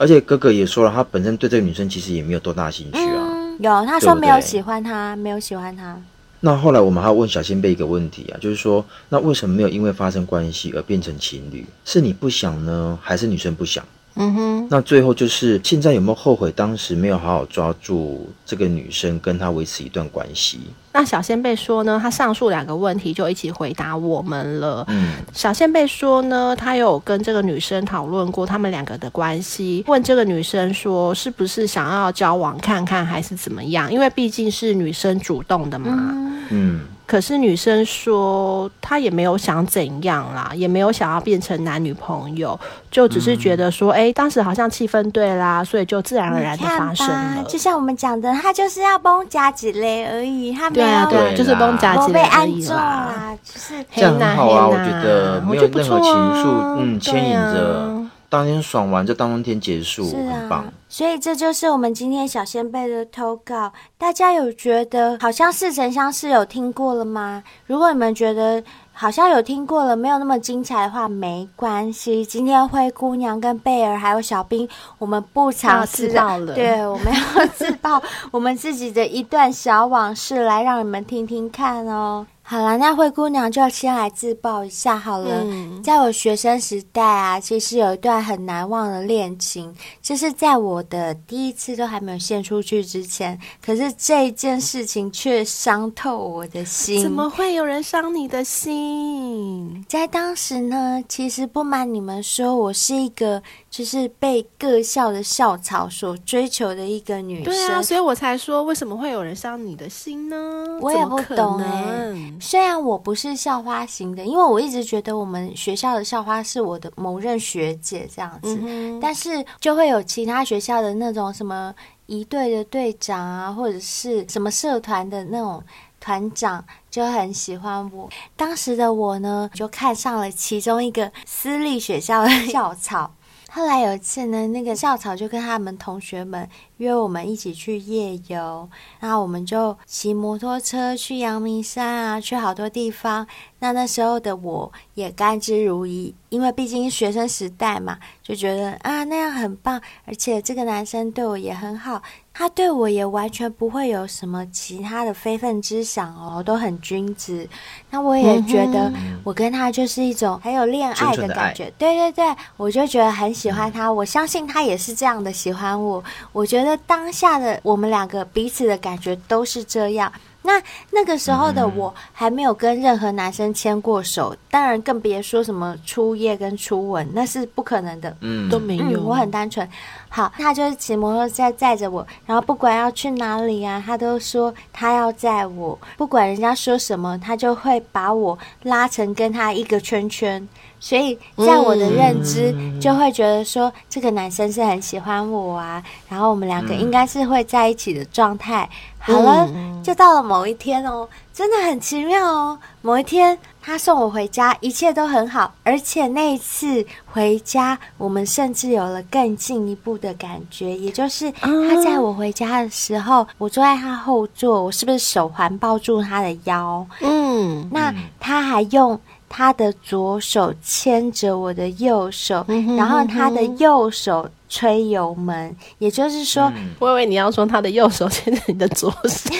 Speaker 3: 而且哥哥也说了，他本身对这个女生其实也没有多大兴趣啊。
Speaker 4: 嗯，有他说
Speaker 3: 对不对
Speaker 4: 没有喜欢他，没有喜欢他，
Speaker 3: 那后来我们还要问小仙贝一个问题啊，就是说，那为什么没有因为发生关系而变成情侣？是你不想呢，还是女生不想？
Speaker 2: 嗯哼，
Speaker 3: 那最后就是现在有没有后悔当时没有好好抓住这个女生，跟她维持一段关系？
Speaker 2: 那小仙贝说呢，他上述两个问题就一起回答我们了。
Speaker 3: 嗯，
Speaker 2: 小仙贝说呢，他有跟这个女生讨论过他们两个的关系，问这个女生说是不是想要交往看看，还是怎么样？因为毕竟是女生主动的嘛。
Speaker 3: 嗯，
Speaker 2: 可是女生说她也没有想怎样啦，也没有想要变成男女朋友，就只是觉得
Speaker 4: 嗯
Speaker 2: 说，哎、当时好像气氛对啦，所以就自然而然
Speaker 4: 你
Speaker 2: 的
Speaker 4: 看
Speaker 2: 发生
Speaker 4: 吧
Speaker 2: 了，。
Speaker 4: 就像我们讲的，他就是要崩夹几雷而已，他没
Speaker 2: 对啊，对
Speaker 4: 有
Speaker 2: 啊，就是崩夹
Speaker 4: 我
Speaker 2: 起
Speaker 4: 被
Speaker 2: 来而
Speaker 4: 安
Speaker 2: 已
Speaker 4: 住
Speaker 2: 啦。
Speaker 4: 啦，就是
Speaker 3: 这样很好啊，
Speaker 2: 黑
Speaker 3: 我
Speaker 2: 呐
Speaker 3: 觉得没有任何情愫，嗯，
Speaker 2: 我觉得不错啊
Speaker 3: 牵引
Speaker 2: 对
Speaker 3: 着
Speaker 2: 啊，
Speaker 3: 当天爽完就当天结束，
Speaker 4: 是
Speaker 3: 很
Speaker 4: 啊
Speaker 3: 棒。，
Speaker 4: 所以这就是我们今天小先贝的投稿。大家有觉得好像似曾相识有听过了吗？如果你们觉得好像有听过了，没有那么精彩的话，没关系。今天灰姑娘跟贝尔还有小兵，我们不藏
Speaker 2: 要
Speaker 4: 私
Speaker 2: 自
Speaker 4: 的
Speaker 2: 爆了
Speaker 4: 对，我们要自爆 <laughs> 我们自己的一段小往事来让你们听听看哦。好了，那灰姑娘就先来自爆一下好了。
Speaker 2: 嗯
Speaker 4: 在我学生时代啊，其实有一段很难忘的恋情，就是在我的第一次都还没有献出去之前，可是这一件事情却伤透我的心。
Speaker 2: 怎么会有人伤你的心？
Speaker 4: 在当时呢，其实不瞒你们说，我是一个就是被各校的校草所追求的一个女生。
Speaker 2: 对啊，所以我才说为什么会有人伤你的心呢？
Speaker 4: 我也
Speaker 2: 怎么
Speaker 4: 不
Speaker 2: 可
Speaker 4: 懂欸
Speaker 2: 能
Speaker 4: 虽然我不是校花型的，因为我一直觉得我们学校的校花是我的某任学姐这样子，
Speaker 2: 嗯哼
Speaker 4: 但是就会有其他学校的那种什么一队的队长啊，或者是什么社团的那种团长，就很喜欢我。当时的我呢，就看上了其中一个私立学校的校草。后来有一次呢，那个校草就跟他们同学们约我们一起去夜游，那我们就骑摩托车去阳明山啊，去好多地方。那那时候的我也甘之如饴，因为毕竟学生时代嘛，就觉得啊那样很棒，而且这个男生对我也很好，他对我也完全不会有什么其他的非分之想哦，都很君子。那我也觉得我跟他就是一种很有恋爱的感觉，对对对，我就觉得很喜欢他，我相信他也是这样的喜欢我。我觉得当下的我们两个彼此的感觉都是这样。那那个时候的我还没有跟任何男生牵过手，当然更别说什么初夜跟初吻，那是不可能的。
Speaker 3: 嗯，
Speaker 2: 都没有，
Speaker 4: 嗯，我很单纯。好，他就是骑摩托车载着我，然后不管要去哪里啊，他都说他要载我，不管人家说什么，他就会把我拉成跟他一个圈圈。所以
Speaker 2: 嗯
Speaker 4: 在我的认知，就会觉得说这个男生是很喜欢我啊，然后我们两
Speaker 2: 嗯
Speaker 4: 个应该是会在一起的状态。好了，就到了某一天哦，真的很奇妙哦。某一天，他送我回家，一切都很好，而且那一次回家，我们甚至有了更进一步的感觉，也就是
Speaker 2: 啊
Speaker 4: 他载我回家的时候，我坐在他后座，我是不是手环抱住他的腰？
Speaker 2: 嗯
Speaker 4: 那他还用他的左手牵着我的右手，
Speaker 2: 嗯哼
Speaker 4: 然后他的右手吹油门，也就是说，
Speaker 3: 嗯
Speaker 2: 我以为你要说他的右手牵着你的左 <laughs> 手，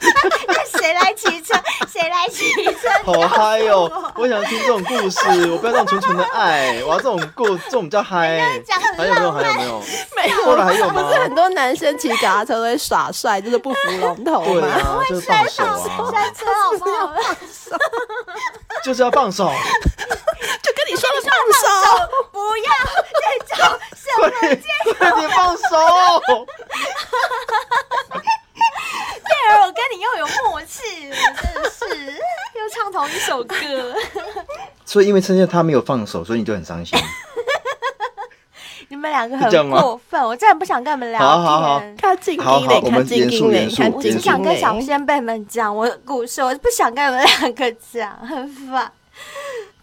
Speaker 4: 那 <laughs> 谁来骑车？谁来骑车？
Speaker 3: 好嗨哦！我想听这种故事，我不要那种纯纯的爱，我要这种故，这种
Speaker 2: <laughs>
Speaker 3: 叫嗨。还有没有？还有没有？
Speaker 2: 没有，
Speaker 3: 后来还有
Speaker 2: 不
Speaker 3: 吗
Speaker 2: 是很多男生骑脚踏车都会耍帅，就是不服龙头
Speaker 3: 对
Speaker 2: 嘛。
Speaker 3: 啊，就是放手啊，
Speaker 4: 车好不好？
Speaker 3: <laughs> 就是要放手，
Speaker 2: 就跟你说的放手，
Speaker 4: <laughs> 不要这种
Speaker 3: 快点，快点放手！
Speaker 4: 贝尔，我跟你又有默契，真的是 <laughs> 又唱同一首歌。
Speaker 3: 所以因为趁着他没有放手，所以你就很伤
Speaker 4: <laughs>
Speaker 3: 心。
Speaker 4: <laughs> 你们两个
Speaker 3: 是这
Speaker 4: 很
Speaker 3: 样吗
Speaker 4: 过分，我真的不想跟你们聊天。
Speaker 3: 好好好
Speaker 2: 看近
Speaker 3: 好
Speaker 2: 近
Speaker 3: 好
Speaker 2: 嘞，
Speaker 3: 我
Speaker 2: 看
Speaker 3: 们
Speaker 2: 近
Speaker 3: 严
Speaker 2: 近
Speaker 3: 肃
Speaker 2: 嘞
Speaker 3: 严，肃
Speaker 2: 看近
Speaker 4: 我只
Speaker 3: 严肃
Speaker 2: 近
Speaker 4: 想跟
Speaker 2: 嘞。
Speaker 4: 小先辈们讲我的故事，我不想跟你们两个讲，很烦。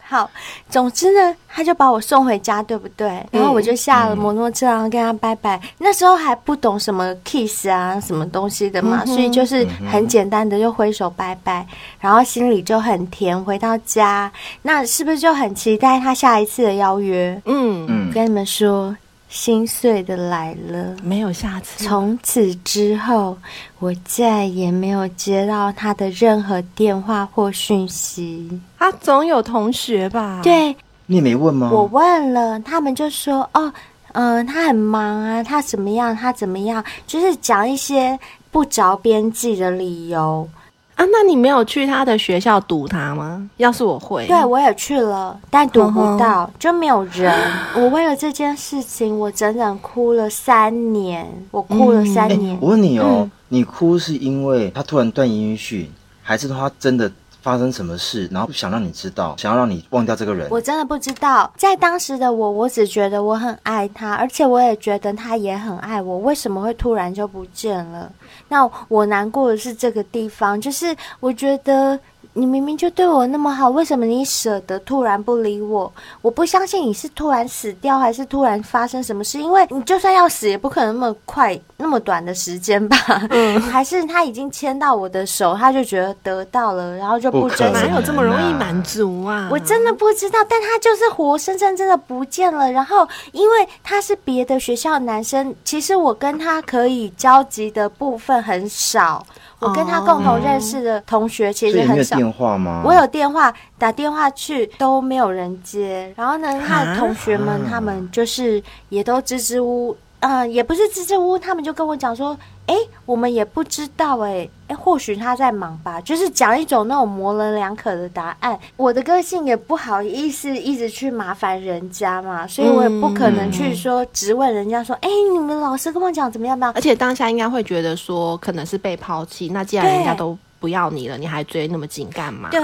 Speaker 4: 好，总之呢，他就把我送回家，对不对？然后我就下了摩托车，然后跟他拜拜。那时候还不懂什么 kiss 啊，什么东西的嘛，所以就是很简单的就挥手拜拜，然后心里就很甜。回到家，那是不是就很期待他下一次的邀约？
Speaker 2: 嗯，
Speaker 3: 嗯，
Speaker 4: 跟你们说，心碎的来了。
Speaker 2: 没有下次。
Speaker 4: 从此之后，我再也没有接到他的任何电话或讯息。
Speaker 2: 他总有同学吧？，
Speaker 4: 对
Speaker 3: 你也没问吗？
Speaker 4: 我问了，他们就说：“哦，嗯、他很忙啊，他怎么样，他怎么样，就是讲一些不着边际的理由。
Speaker 2: 啊，那你没有去他的学校堵他吗？要是我会，
Speaker 4: 对我也去了，但读
Speaker 2: 嗯
Speaker 4: 不
Speaker 2: 哼
Speaker 4: 到，就没有人。我为了这件事情，我整整哭了三年，我哭了三
Speaker 2: 嗯
Speaker 3: 哎
Speaker 4: 年。
Speaker 3: 我问你哦，
Speaker 4: 嗯
Speaker 3: 你哭是因为他突然断音讯，还是他真的发生什么事，然后不想让你知道，想要让你忘掉这个人？
Speaker 4: 我真的不知道，在当时的我，我只觉得我很爱他，而且我也觉得他也很爱我。为什么会突然就不见了？那我难过的是这个地方，就是我觉得你明明就对我那么好，为什么你舍得突然不理我？我不相信你是突然死掉，还是突然发生什么事？因为你就算要死，也不可能那么快、那么短的时间吧？嗯，还是他已经牵到我的手，他就觉得得到了，然后就
Speaker 3: 不
Speaker 4: 不
Speaker 3: 可
Speaker 4: 珍惜
Speaker 2: 哪
Speaker 3: 能
Speaker 2: 有这么容易满足啊？
Speaker 4: 我真
Speaker 3: 嗯
Speaker 4: 的不知道，但他就是活生生真的不见了。然后，因为他是别的学校的男生，其实我跟他可以交集的部分很少，我跟他共同认识的同学其
Speaker 3: 哦所
Speaker 4: 实
Speaker 3: 以你没
Speaker 4: 很
Speaker 3: 有
Speaker 4: 少。
Speaker 3: 电话吗？
Speaker 4: 我有电话打电话去都没有人接，然后呢，他的同学们他们就是也都支支吾吾，嗯、也不是支支吾吾，他们就跟我讲说，哎、我们也不知道、诶哎、诶或许他在忙吧，就是讲一种那种模棱两可的答案。我的个性也不好意思一直去麻烦人家嘛，所以我也不可能去说质问人家说，哎、你们老师跟我讲怎么样怎么样
Speaker 2: 而，且当下应该会觉得说，可能是被抛弃。那既然
Speaker 4: 对
Speaker 2: 人家都不要你了，你还追那么紧干嘛？
Speaker 4: 对。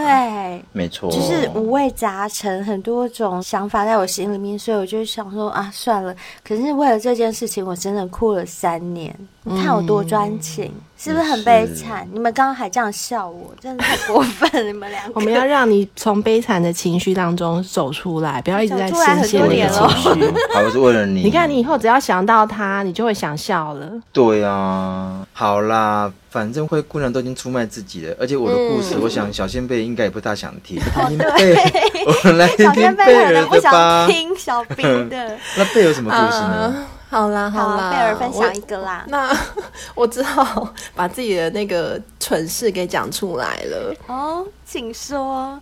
Speaker 3: 没错，
Speaker 4: 就是五味杂陈，很多种想法在我心里面，所以我就想说啊，算了。可是为了这件事情，我真的哭了三年。你看我多专情，是嗯不是很悲惨？你们刚刚还这样笑我，真的太过分了！你们两个，
Speaker 2: 我们要让你从悲惨的情绪当中走出来，不要一直在深陷
Speaker 4: 多
Speaker 2: 你
Speaker 4: 年
Speaker 2: 的
Speaker 4: 了
Speaker 2: 情绪。
Speaker 3: 绪，还不是为了
Speaker 4: <laughs>
Speaker 3: 你。
Speaker 2: 你看，你以后只要想到他，你就会想笑了。
Speaker 3: 对啊，好啦，反正灰姑娘都已经出卖自己了，而且我的故
Speaker 4: 嗯
Speaker 3: 事，我想小仙贝应该也不大想听。 <laughs> 小仙贝，我们来听
Speaker 4: 哦小
Speaker 3: 听
Speaker 4: 仙贝
Speaker 3: 贝
Speaker 4: 可
Speaker 3: 尔
Speaker 4: 能不
Speaker 3: 的吧
Speaker 4: 想。听嗯小兵的。
Speaker 3: 那贝有什么故事呢？
Speaker 2: 好啦
Speaker 4: <laughs> 好，贝尔分享一个啦。
Speaker 2: 那 <laughs> 我只好把自己的那个蠢事给讲出来了。
Speaker 4: 哦，请说。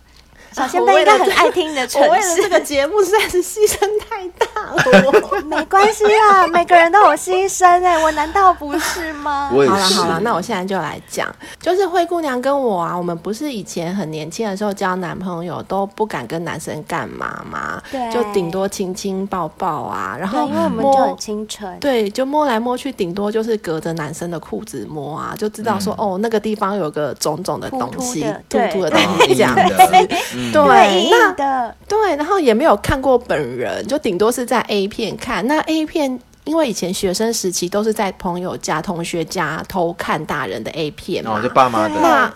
Speaker 4: 小仙
Speaker 2: 仙
Speaker 4: 贝
Speaker 2: 贝
Speaker 4: 应
Speaker 2: 应该
Speaker 4: 该很
Speaker 2: 很
Speaker 4: 爱
Speaker 2: 爱
Speaker 4: 听的
Speaker 2: 我
Speaker 4: 城
Speaker 2: 为了这
Speaker 4: 市， <laughs>
Speaker 2: 个节目实在是牺牲太大了。
Speaker 4: 没关系啊，每个人都有心声哎，我难道不是 <laughs> 吗？
Speaker 3: 我也
Speaker 2: 好了
Speaker 3: 是。
Speaker 2: 好了，那我现在就来讲，就是灰姑娘跟我啊，我们不是以前很年轻的时候交男朋友都不敢跟男生干嘛嘛，
Speaker 4: 对
Speaker 2: 就顶多亲亲抱抱啊，然
Speaker 4: 对，
Speaker 2: 后
Speaker 4: 因为我们就
Speaker 2: 摸
Speaker 4: 很清纯。
Speaker 2: 对，就摸来摸去，顶多就是隔着男生的裤子摸啊，就知道
Speaker 3: 嗯
Speaker 2: 说、哦，那个地方有个肿肿的
Speaker 4: 凸
Speaker 2: 东
Speaker 4: 凸
Speaker 2: 西
Speaker 4: 的，
Speaker 2: 凸
Speaker 4: 对
Speaker 2: 凸的东
Speaker 3: 啊
Speaker 2: 西这样
Speaker 3: 硬
Speaker 2: 子
Speaker 3: 硬。的 <laughs> 嗯
Speaker 4: 对，
Speaker 2: 对，
Speaker 4: 硬
Speaker 2: 那
Speaker 4: 硬的，
Speaker 2: 对，然后也没有看过本人，就顶多是在 A 片看。那 A 片，因为以前学生时期都是在朋友家、同学家偷看大人的 A 片
Speaker 3: 那
Speaker 2: 嘛，
Speaker 3: 哦
Speaker 4: <laughs>
Speaker 3: 我就爸妈
Speaker 4: 对
Speaker 3: 的，
Speaker 2: 那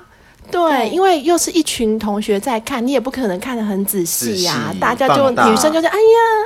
Speaker 2: 对，
Speaker 4: 对
Speaker 2: 因为又是一群同学在看，你也不可能看得很仔细呀、
Speaker 3: 仔细
Speaker 2: 大家就
Speaker 3: 放大嗯
Speaker 2: 女生就是哎呀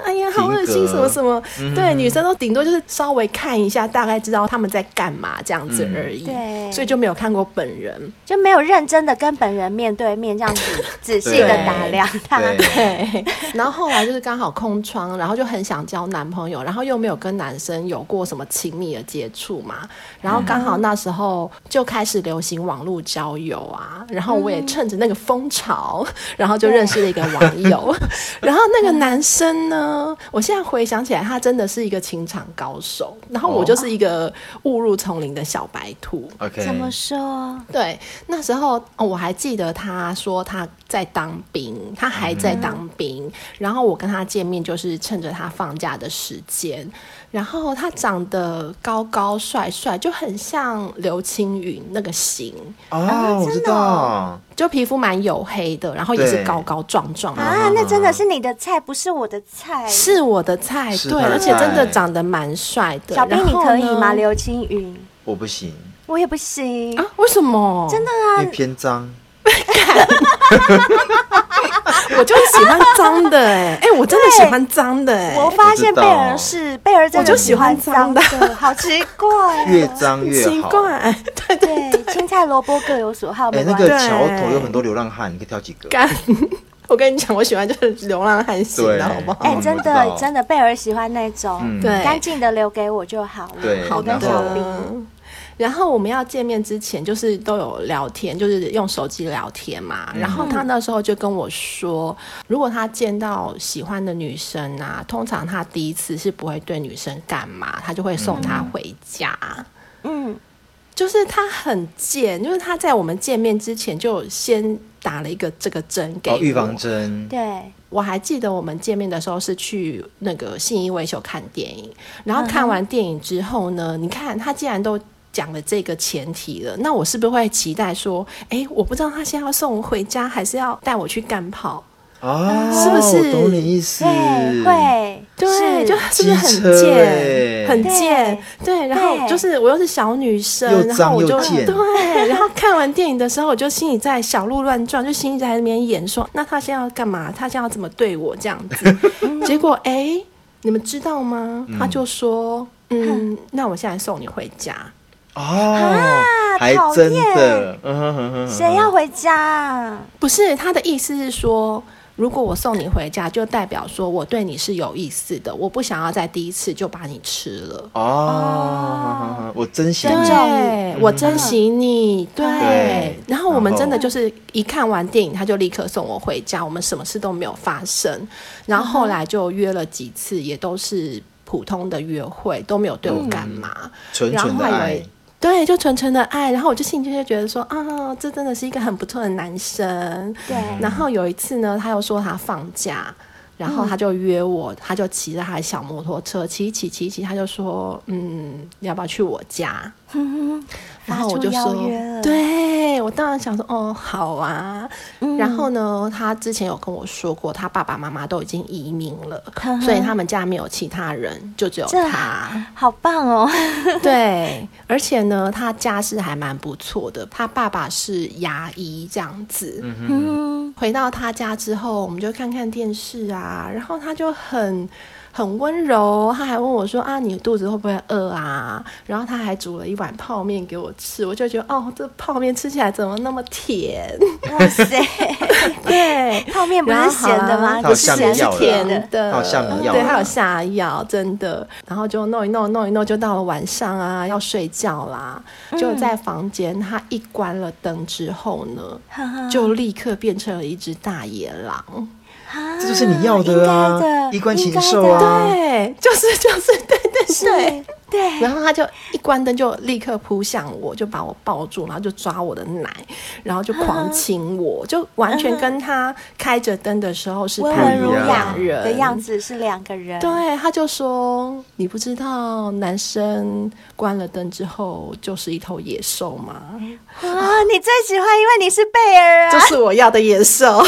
Speaker 2: 哎呀好恶心
Speaker 3: 停格
Speaker 2: 什么什么，对，女生都顶多就是稍微看一下，大概知道他们在干嘛这样
Speaker 3: 嗯
Speaker 2: 子而已，
Speaker 4: 对
Speaker 2: 所以就没有看过本人。
Speaker 4: 就没有认真的跟本人面对面这样子仔细的打量他。
Speaker 3: 对，
Speaker 2: 对， <laughs> 然后后来就是刚好空窗，然后就很想交男朋友，然后又没有跟男生有过什么亲密的接触嘛，然后刚好那时候就开始流行网络交友啊，然后我也趁着那个风潮，然后就认识了一个网友， <laughs> 然后那个男生呢，我现在回想起来，他真的是一个情场高手，然后我
Speaker 3: 哦
Speaker 2: 就是一个误入丛林的小白兔。
Speaker 3: OK，
Speaker 4: 怎么说？
Speaker 2: 对，那时候、哦我还记得他说他在当兵，他还
Speaker 3: 嗯
Speaker 2: 在当兵。然后我跟他见面就是趁着他放假的时间。然后他长得高高帅帅，就很像刘青云那个型，
Speaker 4: 啊
Speaker 3: 哦，我知道，
Speaker 2: 就皮肤蛮黝黑的，然后也是
Speaker 3: 对
Speaker 2: 高高壮壮的。
Speaker 4: 啊，那真的是你的菜，不是我的菜。
Speaker 2: 是我的菜，
Speaker 3: 是
Speaker 2: 对，
Speaker 3: 他的
Speaker 2: 而且真的
Speaker 3: 菜
Speaker 2: 长得蛮帅的。
Speaker 4: 小兵，
Speaker 2: 然
Speaker 4: 你
Speaker 2: 后
Speaker 4: 可以吗？
Speaker 2: 呢
Speaker 4: 刘青云，
Speaker 3: 我不行，
Speaker 4: 我也不行。
Speaker 2: 啊？为什么？
Speaker 4: 真的
Speaker 3: 你
Speaker 4: 啊，
Speaker 3: 偏脏，
Speaker 2: 我就喜欢脏的哎、哎、我真的喜
Speaker 4: 对
Speaker 2: 欢脏的哎、
Speaker 4: 我发
Speaker 3: 我知
Speaker 4: 现贝
Speaker 3: 道
Speaker 4: 尔是贝尔，
Speaker 2: 我就喜欢
Speaker 4: 脏
Speaker 2: 脏的
Speaker 4: <laughs> 好奇怪哦。
Speaker 3: 越脏越
Speaker 2: 奇
Speaker 3: 好。
Speaker 2: 怪，对对
Speaker 4: 对，青菜萝卜各有所好，
Speaker 3: 哎、
Speaker 4: 没
Speaker 3: 那
Speaker 4: 关
Speaker 3: 个
Speaker 4: 系。
Speaker 3: 桥头有很多流浪汉，你可以挑几个。
Speaker 2: 干。 <laughs> 我跟你讲，我喜欢就是流浪汉型
Speaker 3: 对
Speaker 2: 的，好不好？
Speaker 4: 哎，
Speaker 3: 嗯
Speaker 4: 真
Speaker 3: 我知
Speaker 4: 的
Speaker 3: 道
Speaker 4: 真的，贝尔喜欢那种
Speaker 3: 嗯，
Speaker 2: 对
Speaker 4: 干净的留给我就好了。
Speaker 3: 对
Speaker 4: 我
Speaker 3: 好
Speaker 4: 跟
Speaker 3: 哎然
Speaker 4: 小
Speaker 3: 后
Speaker 4: 兵。
Speaker 2: 然后我们要见面之前，就是都有聊天，就是用手机聊天嘛。
Speaker 3: 嗯
Speaker 2: 然后他那时候就跟我说，如果他见到喜欢的女生啊，通常他第一次是不会对女生干嘛，他就会送她回家。
Speaker 4: 嗯，
Speaker 2: 就是他很贱，就是他在我们见面之前就先打了一个这个针给
Speaker 3: 哦，预
Speaker 2: 我
Speaker 3: 防针，
Speaker 4: 对，
Speaker 2: 我还记得我们见面的时候是去那个信义维修看电影，然后看完电影之后呢，你看他既然都。讲了这个前提了，那我是不是会期待说，哎，我不知道他现在要送我回家，还是要带我去干炮？
Speaker 3: 哦，
Speaker 2: 是不是
Speaker 3: 我懂你意思，
Speaker 4: 对，会，
Speaker 2: 对，
Speaker 4: 是
Speaker 2: 就是不是
Speaker 3: 机
Speaker 2: 很
Speaker 3: 车
Speaker 2: 贱，
Speaker 3: 欸
Speaker 2: 很贱，对。然后
Speaker 4: 对
Speaker 2: 就是我又是小女生
Speaker 3: 又，
Speaker 2: 然
Speaker 3: 脏
Speaker 2: 后我
Speaker 3: 又
Speaker 2: 就
Speaker 3: 贱
Speaker 2: 对，然后看完电影的时候，我就心里在小鹿乱撞，就心里在那边演说，那他现在要干嘛？他现在要怎么对我这样
Speaker 4: <laughs>
Speaker 2: 子？结果哎、你们知道吗？他就说，嗯，那我现在送你回家。
Speaker 3: 哦，还
Speaker 4: 啊讨
Speaker 3: 真
Speaker 4: 厌
Speaker 3: 的，嗯哼哼哼哼
Speaker 4: 谁要回家啊？
Speaker 2: 不是他的意思是说，如果我送你回家，就代表说我对你是有意思的，我不想要在第一次就把你吃了。
Speaker 4: 哦
Speaker 3: 哦，我真心
Speaker 4: 尊重
Speaker 2: 对，我珍惜你。对，
Speaker 3: 对
Speaker 2: 然后我们
Speaker 3: 然后
Speaker 2: 真的就是一看完电影，他就立刻送我回家，我们什么事都没有发生。然后后来就约了几次，也都是普通的约会，都没有对我干嘛。
Speaker 3: 嗯纯
Speaker 2: 然
Speaker 3: 纯
Speaker 2: 后
Speaker 3: 的
Speaker 2: 还有
Speaker 3: 爱
Speaker 4: 啊
Speaker 2: 一，对，就纯纯的爱，然后我就心里就觉得说啊，这真的是一个很不错的男生。
Speaker 4: 对， <laughs>
Speaker 2: 然后有一次呢，他又说他放假，然后他就约我，他就骑着他的小摩托车骑一骑骑一骑，他就说，嗯，你要不要去我家？然后我就
Speaker 4: 发
Speaker 2: 说
Speaker 4: 出邀约了，
Speaker 2: 对我当然想说，哦，好啊。
Speaker 4: 嗯
Speaker 2: 然后呢，他之前有跟我说过，他爸爸妈妈都已经移民了，
Speaker 4: 呵呵
Speaker 2: 所以他们家没有其他人，就只有
Speaker 4: 这
Speaker 2: 他。
Speaker 4: <laughs> 好棒哦！
Speaker 2: 对，而且呢，他家世还蛮不错的，他爸爸是牙医这样子。
Speaker 4: 嗯，
Speaker 2: 回到他家之后，我们就看看电视啊，然后他就很。很温柔，他还问我说：“啊，你肚子会不会饿啊？”然后他还煮了一碗泡面给我吃，我就觉得哦，这泡面吃起来怎么那么甜？ <laughs>
Speaker 4: 哇 <laughs> 塞，
Speaker 2: 对，
Speaker 4: 泡面不是咸的吗？
Speaker 2: 然
Speaker 3: 后
Speaker 4: 不
Speaker 3: 好
Speaker 4: 是
Speaker 3: 啦
Speaker 4: 咸
Speaker 2: 是
Speaker 3: 它
Speaker 4: 是
Speaker 3: 有下面药啦
Speaker 4: 甜
Speaker 2: 甜
Speaker 4: 的。
Speaker 2: 的，
Speaker 3: 还有下迷药
Speaker 2: 对，
Speaker 3: 啦
Speaker 2: 还有下药，真的。然后就弄一弄，弄一弄，就到了晚上啊，要睡觉啦。就在房间，他一关了灯之后呢，
Speaker 4: 呵呵
Speaker 2: 就立刻变成了一只大野狼。
Speaker 4: 啊
Speaker 3: 这就是你要的啊
Speaker 4: 应该的
Speaker 3: 衣冠禽
Speaker 4: 应该的
Speaker 3: 兽啊
Speaker 2: 对，就是 <laughs> 就是，对对对。
Speaker 4: 是， <laughs> 对，
Speaker 2: 然后他就一关灯就立刻扑向我，就把我抱住，然后就抓我的奶，然后就狂亲我，就完全跟他开着灯的时候是
Speaker 4: 温
Speaker 2: 判
Speaker 4: 文
Speaker 2: 若
Speaker 4: 儒雅
Speaker 2: 两人
Speaker 4: 的样子是两个人。
Speaker 2: 对，他就说：“你不知道男生关了灯之后就是一头野兽吗？
Speaker 4: 啊，你最喜欢，因为你是贝尔啊， <laughs>
Speaker 2: 这是我要的野兽。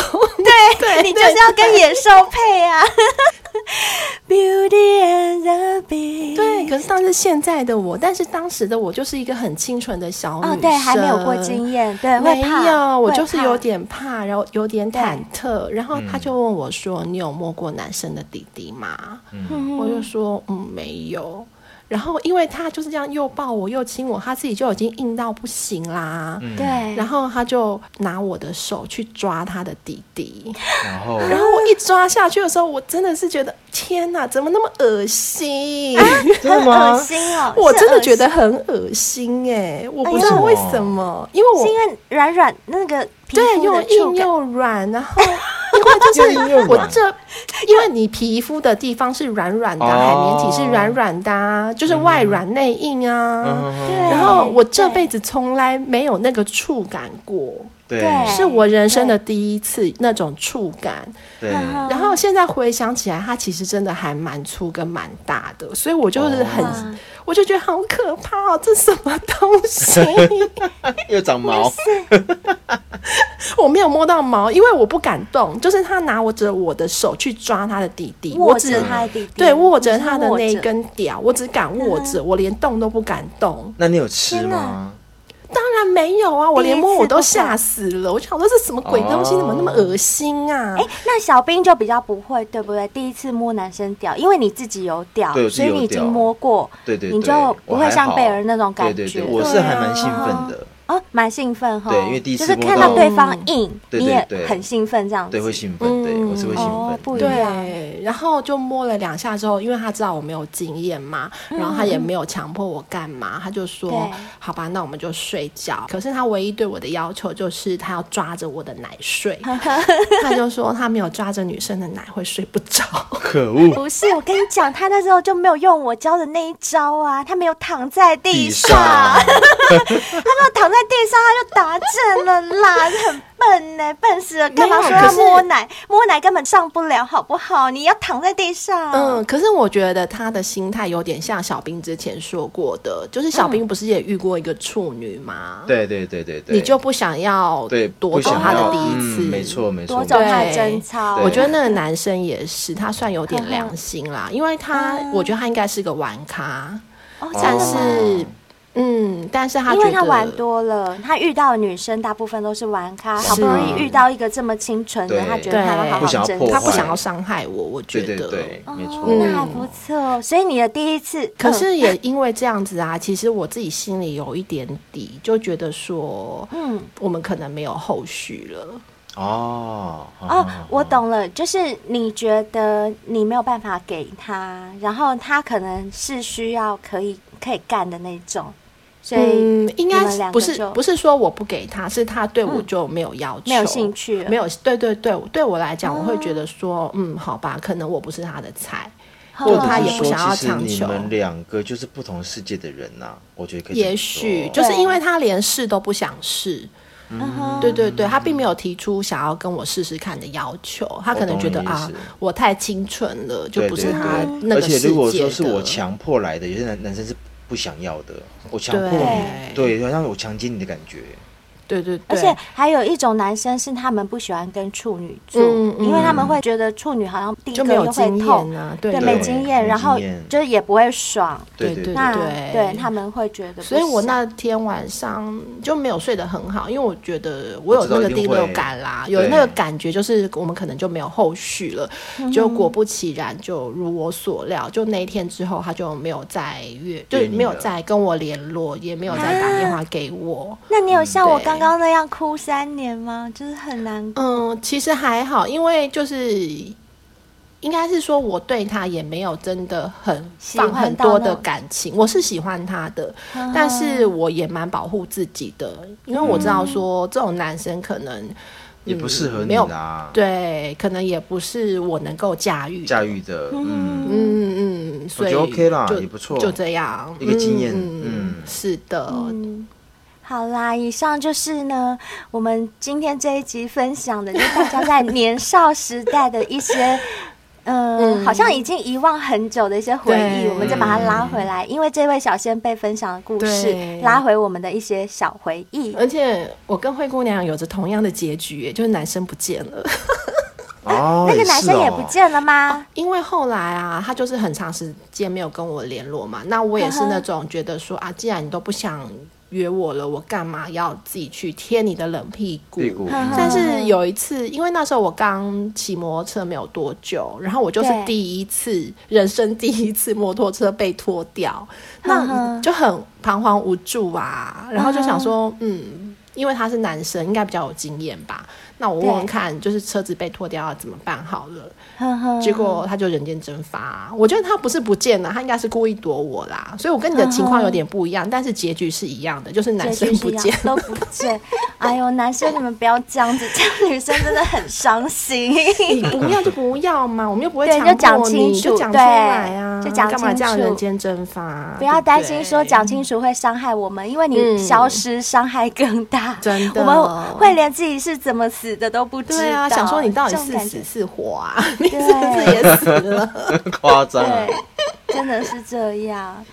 Speaker 4: 对，你就是要跟野兽配啊。 <laughs> Beauty and the Beast。
Speaker 2: 对，可是当时现在的我，但是当时的我就是一个很清纯的小女生，
Speaker 4: 哦，对，还没有过经验，对，
Speaker 2: 没
Speaker 4: 会怕
Speaker 2: 有，我就是
Speaker 4: 会怕
Speaker 2: 有点怕，然后有点忐忑。然后他就问我说：“你有摸过男生的弟弟吗？”
Speaker 4: 嗯
Speaker 2: 我就说：“嗯，没有。”然后因为他就是这样又抱我又亲我，他自己就已经硬到不行啦。
Speaker 4: 对，
Speaker 2: 然后他就拿我的手去抓他的弟
Speaker 4: <laughs>
Speaker 2: 弟，
Speaker 3: 然后
Speaker 2: 然后我一抓下去的时候，我真的是觉得天哪，怎么那么恶心？
Speaker 3: 真的
Speaker 4: 很恶
Speaker 3: 吗？
Speaker 4: 心
Speaker 2: <laughs>
Speaker 4: 哦，
Speaker 2: 我
Speaker 4: 啊是
Speaker 2: 真的
Speaker 4: 恶
Speaker 2: 觉得
Speaker 4: 心
Speaker 2: 很恶心哎、我不
Speaker 4: 哎
Speaker 2: 知道
Speaker 3: 呦
Speaker 2: 为什么，因为我
Speaker 4: 是因为软软那个皮
Speaker 2: 对，
Speaker 4: 肤
Speaker 2: 又
Speaker 4: 的
Speaker 2: 硬
Speaker 4: 触感，
Speaker 2: 又软，然
Speaker 4: <laughs>
Speaker 2: 后因为就是我这，因为你皮肤的地方是软软的啊，海绵体是软软的啊，就是外软内硬啊。
Speaker 3: 嗯
Speaker 4: 对
Speaker 2: 然后我这
Speaker 4: 对
Speaker 2: 辈子从来没有那个触感过，
Speaker 3: 对
Speaker 4: 对
Speaker 2: 是我人生的第一次那种触感。
Speaker 3: 对，
Speaker 4: 嗯
Speaker 2: 然后现在回想起来，它其实真的还蛮粗跟蛮大的，所以我就是很，
Speaker 4: 哇
Speaker 2: 我就觉得好可怕哦，这什么东 <laughs> 西？
Speaker 3: 又长毛，
Speaker 2: 我没有摸到毛，因为我不敢动，就是他拿我着我的手去抓他的弟弟，
Speaker 4: 握
Speaker 2: 我只
Speaker 4: 着他的弟弟，
Speaker 2: 对握着
Speaker 4: 你是
Speaker 2: 他的
Speaker 4: 握
Speaker 2: 那一
Speaker 4: 着，嗯
Speaker 2: 根屌，我只敢握着，我连动都不敢动。
Speaker 3: 那你有吃
Speaker 4: 天
Speaker 3: 吗
Speaker 4: 哪？
Speaker 2: 当然没有啊，我连摸
Speaker 4: 第一次
Speaker 2: 我都
Speaker 4: 不敢
Speaker 2: 吓死了，我就想说这什么鬼东西，
Speaker 3: 哦
Speaker 2: 怎么那么恶心啊
Speaker 4: 哎？，那小兵就比较不会，对不对？第一次摸男生屌，因为你自己有屌
Speaker 3: 对我，自己
Speaker 4: 所以你
Speaker 3: 有
Speaker 4: 已经
Speaker 3: 屌
Speaker 4: 摸过，
Speaker 3: 对对对，
Speaker 4: 你就不
Speaker 3: 我
Speaker 4: 会
Speaker 3: 还
Speaker 4: 像
Speaker 3: 好
Speaker 4: 贝尔那种感
Speaker 3: 对对
Speaker 4: 觉。
Speaker 3: 对，我是
Speaker 2: 对
Speaker 3: 还
Speaker 2: 啊
Speaker 3: 蛮兴奋的，
Speaker 4: 哦，蛮兴奋哈。
Speaker 3: 对因为第一次
Speaker 4: 就是
Speaker 3: 摸
Speaker 4: 看
Speaker 3: 到
Speaker 4: 到对方硬，
Speaker 3: 对
Speaker 4: 你
Speaker 3: 对
Speaker 4: 也
Speaker 3: 对
Speaker 4: 很兴奋这样子。
Speaker 3: 对，会兴奋，对我是会兴
Speaker 4: 哦
Speaker 3: 奋，
Speaker 4: 不一样
Speaker 2: 对，然后就摸了两下之后，因为他知道我没有经验嘛，然后他也没有强迫我干嘛，他就说
Speaker 4: 嗯对：“
Speaker 2: 好吧，那我们就睡觉。”可是他唯一对我的要求就是他要抓着我的奶睡， <laughs> 他就说他没有抓着女生的奶会睡不着。
Speaker 3: 可恶，
Speaker 4: <laughs> 不是，我跟你讲，他那时候就没有用我教的那一招啊，他没有躺在地
Speaker 3: 地
Speaker 4: 上，
Speaker 3: 上，
Speaker 4: 他没有躺在地上，他就打正了啦，很笨呢、 <laughs> 笨死了，干嘛
Speaker 2: 没
Speaker 4: 说
Speaker 2: 有啊可
Speaker 4: 要
Speaker 2: 是
Speaker 4: 摸奶？摸奶根本上不了，好不好？你要躺在地
Speaker 2: <laughs>
Speaker 4: 上，
Speaker 2: 嗯，可是我觉得他的心态有点像小兵之前说过的，就是小兵不是也遇过一个处女吗？，
Speaker 3: 对对对对对，
Speaker 2: 你就不想要
Speaker 3: 对
Speaker 2: 夺
Speaker 3: 不
Speaker 2: 走
Speaker 3: 想
Speaker 2: 他的
Speaker 3: 要
Speaker 2: 第一
Speaker 3: 嗯
Speaker 2: 次，
Speaker 3: 没错没错，
Speaker 4: 夺走他的
Speaker 2: 对
Speaker 4: 贞操。
Speaker 3: 对
Speaker 2: 我觉得那个男生也是，他算有 <laughs> 点良心啦，因为他，我觉得他应该是个玩咖，
Speaker 4: 哦，真
Speaker 2: 但
Speaker 4: 的吗？
Speaker 2: 是，嗯，但是他
Speaker 4: 因
Speaker 2: 觉
Speaker 4: 为
Speaker 2: 得
Speaker 4: 他玩多了，他遇到的女生大部分都是玩咖，好不容易遇到一个这么清纯的，
Speaker 3: 对
Speaker 4: 他觉得他要好
Speaker 2: 啊对不
Speaker 3: 想要
Speaker 4: 好珍
Speaker 3: 破
Speaker 4: 惜。
Speaker 2: 他
Speaker 3: 坏
Speaker 2: 不想要伤害我，我觉
Speaker 3: 对
Speaker 2: 得。
Speaker 3: 对对，没错，
Speaker 4: 哦，那还不错。所以你的第一次，
Speaker 2: 可
Speaker 4: 嗯
Speaker 2: 是也因为这样子啊，其实我自己心里有一点底，就觉得说，
Speaker 4: 嗯
Speaker 2: 我们可能没有后续了。
Speaker 3: 哦
Speaker 4: 哦，我，懂了，就是你觉得你没有办法给他，然后他可能是需要可以可以干的那种，所以
Speaker 2: 嗯，应
Speaker 4: 你
Speaker 2: 该
Speaker 4: 们
Speaker 2: 是
Speaker 4: 两
Speaker 2: 不
Speaker 4: 个
Speaker 2: 是
Speaker 4: 就嗯
Speaker 2: 不是说我不给他，是他对我就没有要求，
Speaker 4: 没有兴趣哦了
Speaker 2: 没有。对对对，对我来讲，我会觉得说，嗯，好吧，可能我不是他的菜，
Speaker 4: 后
Speaker 3: 或
Speaker 2: 就
Speaker 3: 者
Speaker 2: 他
Speaker 3: 是
Speaker 2: 也不
Speaker 3: 说
Speaker 2: 想要
Speaker 3: 其实
Speaker 2: 强
Speaker 3: 你
Speaker 2: 求
Speaker 3: 们两个就是不同世界的人呐，我觉得可以这么
Speaker 2: 也许
Speaker 3: 说
Speaker 2: 就是
Speaker 4: 对
Speaker 2: 因为他连试都不想试。
Speaker 4: 嗯哼
Speaker 2: 对对对，他
Speaker 3: 嗯
Speaker 2: 并没有提出想要跟我试试看的要求，他可能觉得
Speaker 3: 我懂你意
Speaker 2: 啊
Speaker 3: 思，
Speaker 2: 我太清纯了，就
Speaker 3: 对
Speaker 2: 不
Speaker 3: 对
Speaker 2: 是他
Speaker 3: 对
Speaker 2: 那
Speaker 3: 而
Speaker 2: 个世界的。
Speaker 3: 且如果说是我强迫来的，有些男男生是不想要的，我强迫你，对，好像我强奸你的感觉，
Speaker 2: 对对对，
Speaker 4: 而且还有一种男生是他们不喜欢跟处女座，
Speaker 2: 嗯嗯
Speaker 4: 因为他们会觉得处女好像第一
Speaker 2: 就
Speaker 4: 个
Speaker 2: 没有
Speaker 4: 又会
Speaker 2: 经
Speaker 4: 痛
Speaker 2: 验，啊，对
Speaker 4: 对，
Speaker 2: 对
Speaker 4: 没
Speaker 3: 对
Speaker 4: 经验，
Speaker 3: 没
Speaker 4: 然后
Speaker 3: 经验
Speaker 4: 就是也不会爽，
Speaker 3: 对
Speaker 2: 对
Speaker 4: 那
Speaker 2: 对
Speaker 4: 他们会觉得不
Speaker 2: 所以我
Speaker 4: 爽
Speaker 2: 那天晚上就没有睡得很好，因为我觉得我有
Speaker 3: 我知道
Speaker 2: 那个
Speaker 3: 一定
Speaker 2: 第六
Speaker 3: 会
Speaker 2: 感啦，
Speaker 3: 对
Speaker 2: 有那个感觉，就是我们可能就没有后续了。
Speaker 4: 嗯
Speaker 2: 就果不其然，就如我所料，就那一天之后，他就没有再约，就
Speaker 3: 约你
Speaker 2: 没有
Speaker 3: 了
Speaker 2: 再跟我联络，也没有再打电话给我。
Speaker 4: 那你有像我
Speaker 2: 嗯对
Speaker 4: 刚刚那样哭三年吗？就是很难过。
Speaker 2: 嗯，其实还好，因为就是。应该是说，我对他也没有真的很
Speaker 4: 喜
Speaker 2: 放
Speaker 4: 欢
Speaker 2: 很
Speaker 4: 到
Speaker 2: 多
Speaker 4: 那
Speaker 2: 的
Speaker 4: 种嗯
Speaker 2: 感情，我是喜欢他的，但是我也蛮保护自己的，因为我知
Speaker 4: 嗯
Speaker 2: 道说这种男生可能
Speaker 3: 也不适合
Speaker 2: 嗯没
Speaker 3: 你
Speaker 2: 有
Speaker 3: 啦，
Speaker 2: 对，可能也不是我能够驾驭的
Speaker 3: 驾。驭的，嗯，
Speaker 2: 嗯嗯，所以
Speaker 3: 我觉得 OK 啦
Speaker 2: 就
Speaker 3: 也不错
Speaker 2: 就这样
Speaker 3: 一个经验
Speaker 2: 嗯
Speaker 3: 嗯
Speaker 2: 是的，
Speaker 4: 嗯
Speaker 2: 嗯
Speaker 4: 好啦，以上就是呢，我们今天这一集分享的，就是大家在年少时代的一
Speaker 2: <laughs>
Speaker 4: 些。嗯，好像已经遗忘很久的一些回忆，
Speaker 2: 对
Speaker 4: 我们再把它拉回来，因为这位小先辈分享的故事
Speaker 2: 对，呃
Speaker 4: 拉回我们的一些小回忆。
Speaker 2: 而且我跟灰姑娘有着同样的结局耶，就是男生不见了。
Speaker 3: 哦，
Speaker 4: 那个
Speaker 3: 也
Speaker 4: 男
Speaker 3: 是
Speaker 4: 生也
Speaker 3: 哦
Speaker 4: 不见了吗？
Speaker 2: 因为后来啊，他就是很长时间没有跟我联络嘛。那我也是那种觉得说啊，既然你都不想约我了，我干嘛要自己去贴你的冷屁股？
Speaker 3: 屁股，
Speaker 4: 嗯
Speaker 2: 但是有一次，因为那时候我刚骑摩托车没有多久，然后我就是
Speaker 4: 对
Speaker 2: 第一次，人生第一次摩托车被拖掉，那
Speaker 4: 嗯
Speaker 2: 就很彷徨无助啊。然后就想说，嗯，因为他是男生，应该比较有经验吧。那我问问
Speaker 4: 对
Speaker 2: 看，就是车子被拖掉了怎么办好了。
Speaker 4: 呵呵
Speaker 2: 结果他就人间蒸发、我觉得他不是不见了，他应该是故意躲我啦。所以我跟你的情况有点不一
Speaker 4: 嗯
Speaker 2: 样，但是结局是一样的，哦就是男生不
Speaker 4: 这句
Speaker 2: 见
Speaker 4: 是。要都不见。哎呦，男生你们不要这样子，这样女生真的很伤心。 <laughs>
Speaker 2: 你不要就不要嘛，我们又不会
Speaker 4: 对
Speaker 2: 强
Speaker 4: 就讲
Speaker 2: 迫你，
Speaker 4: 清楚
Speaker 2: 就讲出来啊，
Speaker 4: 对就讲
Speaker 2: 干嘛这样
Speaker 4: 清楚
Speaker 2: 人间蒸发？
Speaker 4: 不要担心
Speaker 2: 对
Speaker 4: 说讲清楚会伤害我们，因为你
Speaker 2: 嗯
Speaker 4: 消失伤害更大。
Speaker 2: 真的
Speaker 4: 我们会连自己是怎么死的都不知道。
Speaker 2: 对啊，想说你到底
Speaker 4: 这种
Speaker 2: 是
Speaker 4: 感
Speaker 2: 死
Speaker 4: 觉
Speaker 2: 是活啊？你是
Speaker 4: 对
Speaker 2: 不是也死
Speaker 4: <laughs>
Speaker 2: 了？ <laughs>
Speaker 3: <laughs> 夸张啊
Speaker 4: 对！，真的是这样。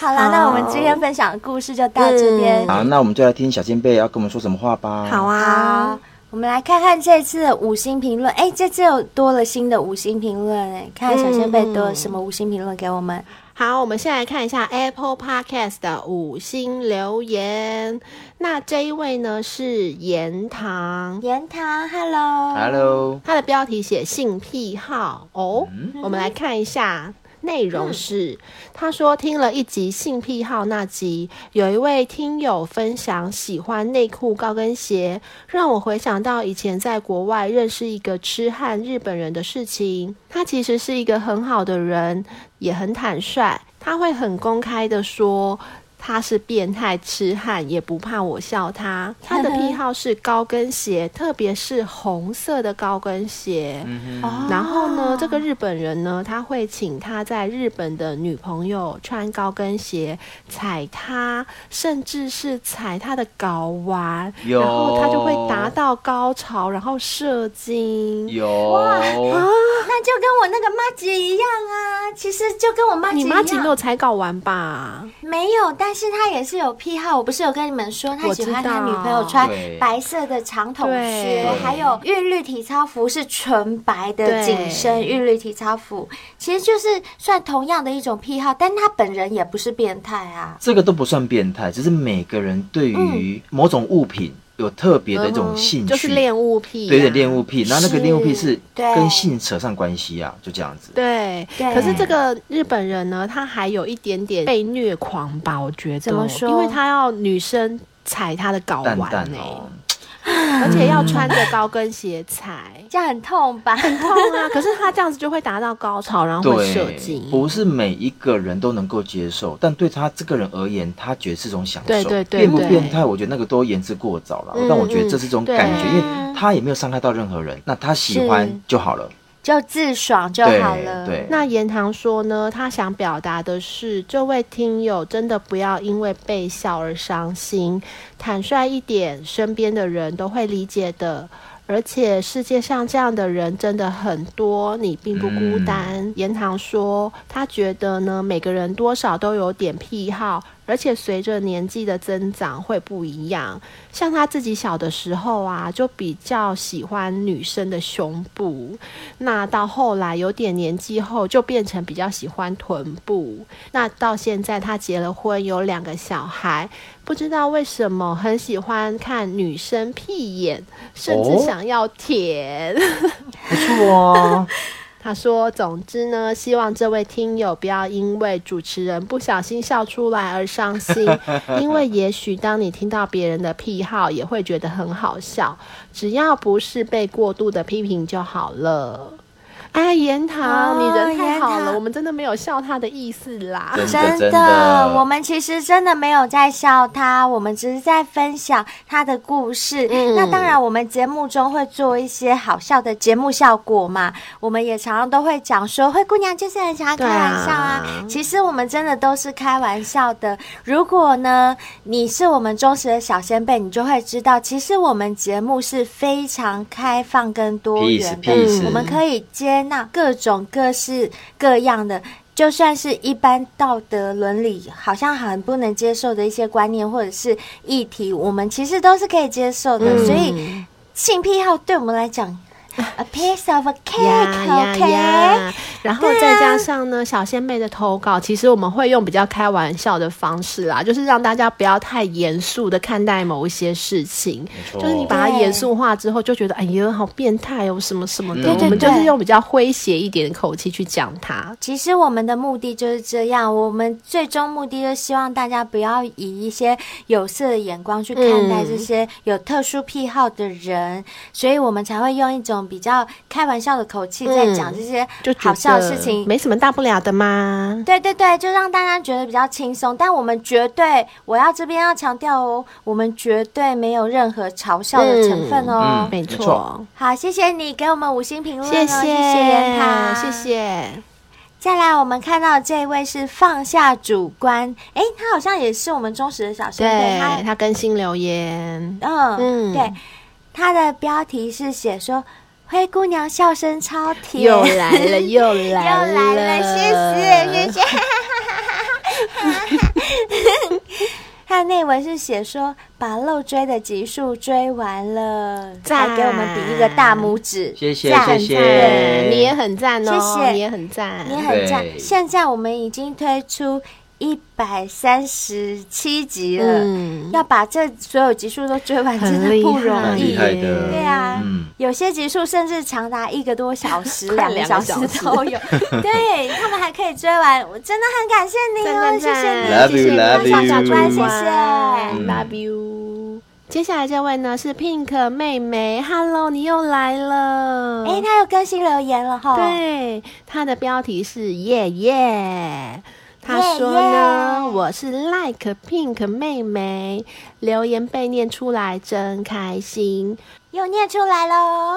Speaker 4: 好啦，
Speaker 2: 好嗯
Speaker 4: 那我们今天分享的故事就到这边。
Speaker 3: 好，那我们就来听小仙贝要跟我们说什么话吧。
Speaker 2: 好，啊
Speaker 4: 好，，我们来看看这次的五星评论。哎，这次有多了新的五星评论，哎，看看小仙贝多了什么五星评论给我们。
Speaker 2: 好，我们先来看一下 Apple Podcast 的五星留言。那这一位呢是盐糖，
Speaker 4: 言堂，Hello。
Speaker 3: ，Hello，
Speaker 2: 它的标题写性癖好哦，我们来看一下。内容是，他说听了一集性癖好那集，有一位听友分享喜欢内裤高跟鞋，让我回想到以前在国外认识一个痴汉日本人的事情。他其实是一个很好的人，也很坦率，他会很公开的说。他是变态痴汉，也不怕我笑他。他的癖好是高跟鞋，特别是红色的高跟鞋。
Speaker 4: 哦
Speaker 2: 然后呢，这个日本人呢，他会请他在日本的女朋友穿高跟鞋踩他，甚至是踩他的睾丸，
Speaker 3: 有
Speaker 2: 然后他就会达到高潮，然后射精。
Speaker 3: 有
Speaker 4: 那就跟我那个妈吉一样啊，其实就跟我妈吉
Speaker 2: 你
Speaker 4: 一
Speaker 2: 妈仅
Speaker 4: 样。啊
Speaker 2: 有踩睾丸吧？
Speaker 4: 没有，但是她也是有癖好。我不是有跟你们说，她
Speaker 2: 我
Speaker 4: 喜
Speaker 2: 知
Speaker 4: 欢她
Speaker 2: 道
Speaker 4: 女朋友穿
Speaker 3: 对
Speaker 4: 白色的长筒靴
Speaker 2: 对，
Speaker 4: 还有韵律体操服是纯白的
Speaker 2: 对
Speaker 4: 紧身韵律体操服，其实就是算同样的一种癖好，但她本人也不是变态啊。
Speaker 3: 这个都不算变态，只是每个人对于某种物品有特别的一种兴趣，
Speaker 2: 嗯就是恋物癖、啊，
Speaker 3: 对，有点恋物癖。然后那个恋物癖是
Speaker 4: 对
Speaker 3: 跟性扯上关系啊，就这样子。
Speaker 2: 对，
Speaker 4: 对
Speaker 2: 可是这个日本人呢，他还有一点点被虐狂吧，我觉得，
Speaker 4: 怎么说。
Speaker 2: 因为他要女生踩他的睾
Speaker 3: 淡
Speaker 2: 丸
Speaker 3: 淡
Speaker 2: 呢、
Speaker 3: 哦，
Speaker 2: 而且要穿着高跟鞋踩
Speaker 4: 这样很痛
Speaker 2: <laughs>
Speaker 4: 吧？
Speaker 2: 痛啊！可是他这样子就会达到高潮，然后欸会射
Speaker 3: 对
Speaker 2: 精，。
Speaker 3: 不是每一个人都能够接受，但对他这个人而言，他觉得是种享受。
Speaker 2: 对对对
Speaker 3: 变不
Speaker 2: 对
Speaker 3: 变态，我觉得那个都言之过早了。
Speaker 2: 嗯
Speaker 3: 但我觉得这是一种感觉，
Speaker 2: 嗯
Speaker 3: 因为他也没有伤害到任何人，那他喜
Speaker 4: 是
Speaker 3: 欢就好了。
Speaker 4: 就自爽就
Speaker 3: 对
Speaker 4: 好了。
Speaker 3: 对，
Speaker 2: 那言堂说呢，他想表达的是，这位听友真的不要因为被笑而伤心，坦率一点，身边的人都会理解的。而且世界上这样的人真的很多，你并不孤单。言堂说，他觉得呢，每个人多少都有点癖好，而且随着年纪的增长会不一样。像他自己小的时候啊，就比较喜欢女生的胸部，那到后来有点年纪后，就变成比较喜欢臀部。那到现在他结了婚，有两个小孩，不知道为什么很喜欢看女生屁眼，甚至
Speaker 3: 哦
Speaker 2: 想要舔。
Speaker 3: 不错
Speaker 2: <laughs>
Speaker 3: 哦。
Speaker 2: 他说：“总之呢，希望这位听友不要因为主持人不小心笑出来而伤心，因为也许当你听到别人的癖好，也会觉得很好笑。只要不是被过度的批评就好了。”哎，言堂，
Speaker 4: 哦
Speaker 2: 你人太好
Speaker 4: 言
Speaker 2: 了，
Speaker 4: 堂
Speaker 2: 我们真的没有笑他的意思啦。
Speaker 3: 真的
Speaker 4: 真
Speaker 3: 真的
Speaker 4: 我们其实真的没有在笑他，我们只是在分享他的故事。
Speaker 2: 嗯
Speaker 4: 那当然，我们节目中会做一些好笑的节目效果嘛，我们也常常都会讲说，灰姑娘就是很想要开
Speaker 2: 对啊
Speaker 4: 玩笑啊。其实我们真的都是开玩笑的。如果呢，你是我们忠实的小先辈，你就会知道，其实我们节目是非常开放跟多元的。
Speaker 3: Peace，peace
Speaker 4: 我们可以接纳各种各式各样的。就算是一般道德伦理好像很不能接受的一些观念或者是议题，我们其实都是可以接受的。
Speaker 2: 嗯
Speaker 4: 所以性癖好对我们来讲 a piece of a
Speaker 2: <laughs> 呀呀
Speaker 4: cake，OK？、
Speaker 2: 呀！然后
Speaker 4: 啊
Speaker 2: 再加上呢，小仙妹的投稿，其实我们会用比较开玩笑的方式啦，就是让大家不要太严肃的看待某一些事情。
Speaker 3: 错
Speaker 2: 就是你把它
Speaker 4: 对
Speaker 2: 严肃化之后，就觉得哎呦好变态哦，什么什么的。
Speaker 3: 嗯
Speaker 2: 我们
Speaker 4: 对对
Speaker 2: 就
Speaker 4: 对
Speaker 2: 是用比较诙谐一点的口气去讲它。
Speaker 4: 其实我们的目的就是这样，我们最终目的就是希望大家不要以一些有色的眼光去看待
Speaker 2: 嗯
Speaker 4: 这些有特殊癖好的人，所以我们才会用一种比较开玩笑的口气在讲这些
Speaker 2: 嗯就觉
Speaker 4: 好笑
Speaker 2: 得
Speaker 4: 的事情。
Speaker 2: 没什么大不了的嘛。
Speaker 4: 对对对，就让大家觉得比较轻松，但我们绝对，我要这边要强调哦，我们绝对没有任何嘲笑的成分哦。
Speaker 3: 嗯
Speaker 2: 没
Speaker 3: 没
Speaker 2: 错
Speaker 3: 错，
Speaker 4: 好，谢谢你给我们五星评论、哦，
Speaker 2: 谢
Speaker 4: 谢
Speaker 2: 谢
Speaker 4: 元塔，
Speaker 2: 谢谢。
Speaker 4: 再来，我们看到这一位是放下主观，诶，他好像也是我们忠实的小仙
Speaker 2: 对
Speaker 4: 贝，
Speaker 2: 他更新留言，
Speaker 4: 他
Speaker 2: 嗯
Speaker 4: 嗯，对，他的标题是写说灰姑娘笑声超甜，
Speaker 2: 又来
Speaker 4: <laughs>
Speaker 2: 了，又
Speaker 4: 又
Speaker 2: 来了，
Speaker 4: 来了，谢谢谢谢。 <laughs> 他的内文是写说把漏追的集数追完了，
Speaker 2: 赞
Speaker 4: 再给我们比一个大拇指，
Speaker 3: 谢谢
Speaker 4: 赞
Speaker 2: 很
Speaker 3: 谢谢
Speaker 2: 赞，嗯你也很赞哦，
Speaker 4: 谢谢
Speaker 2: 你也很赞，
Speaker 4: 也很赞。
Speaker 3: 对
Speaker 4: 现在我们已经推出一百三十七集了，
Speaker 2: 嗯，
Speaker 4: 要把这所有集数都追完，
Speaker 2: 很
Speaker 4: 真的
Speaker 2: 厉
Speaker 4: 不
Speaker 2: 害
Speaker 4: 容
Speaker 3: 蛮厉
Speaker 4: 易。
Speaker 3: 害的，
Speaker 4: 对啊，
Speaker 3: 嗯，
Speaker 4: 有些集数甚至长达一个多小时、
Speaker 2: 快
Speaker 4: 两个
Speaker 2: 两
Speaker 4: 小
Speaker 2: 个
Speaker 4: 时
Speaker 2: 小时
Speaker 3: <laughs>
Speaker 4: 都有。对他们还可以追完，我真的很感谢你哦，
Speaker 2: 赞赞
Speaker 4: 谢谢你。
Speaker 2: 赞，谢谢
Speaker 3: Love
Speaker 2: 你
Speaker 3: you，
Speaker 2: 放下
Speaker 3: love
Speaker 2: 主
Speaker 3: you
Speaker 2: 观，
Speaker 4: 谢谢
Speaker 2: 嗯，love you。接下来这位呢是 Pink 妹妹，Hello，你又来了，
Speaker 4: 哎，他又更新留言了哈。
Speaker 2: 对，它的标题是“耶耶”。他说呢
Speaker 4: 耶耶
Speaker 2: 我是 Like Pink 妹妹，留言被念出来真开心。
Speaker 4: 又念出来喽。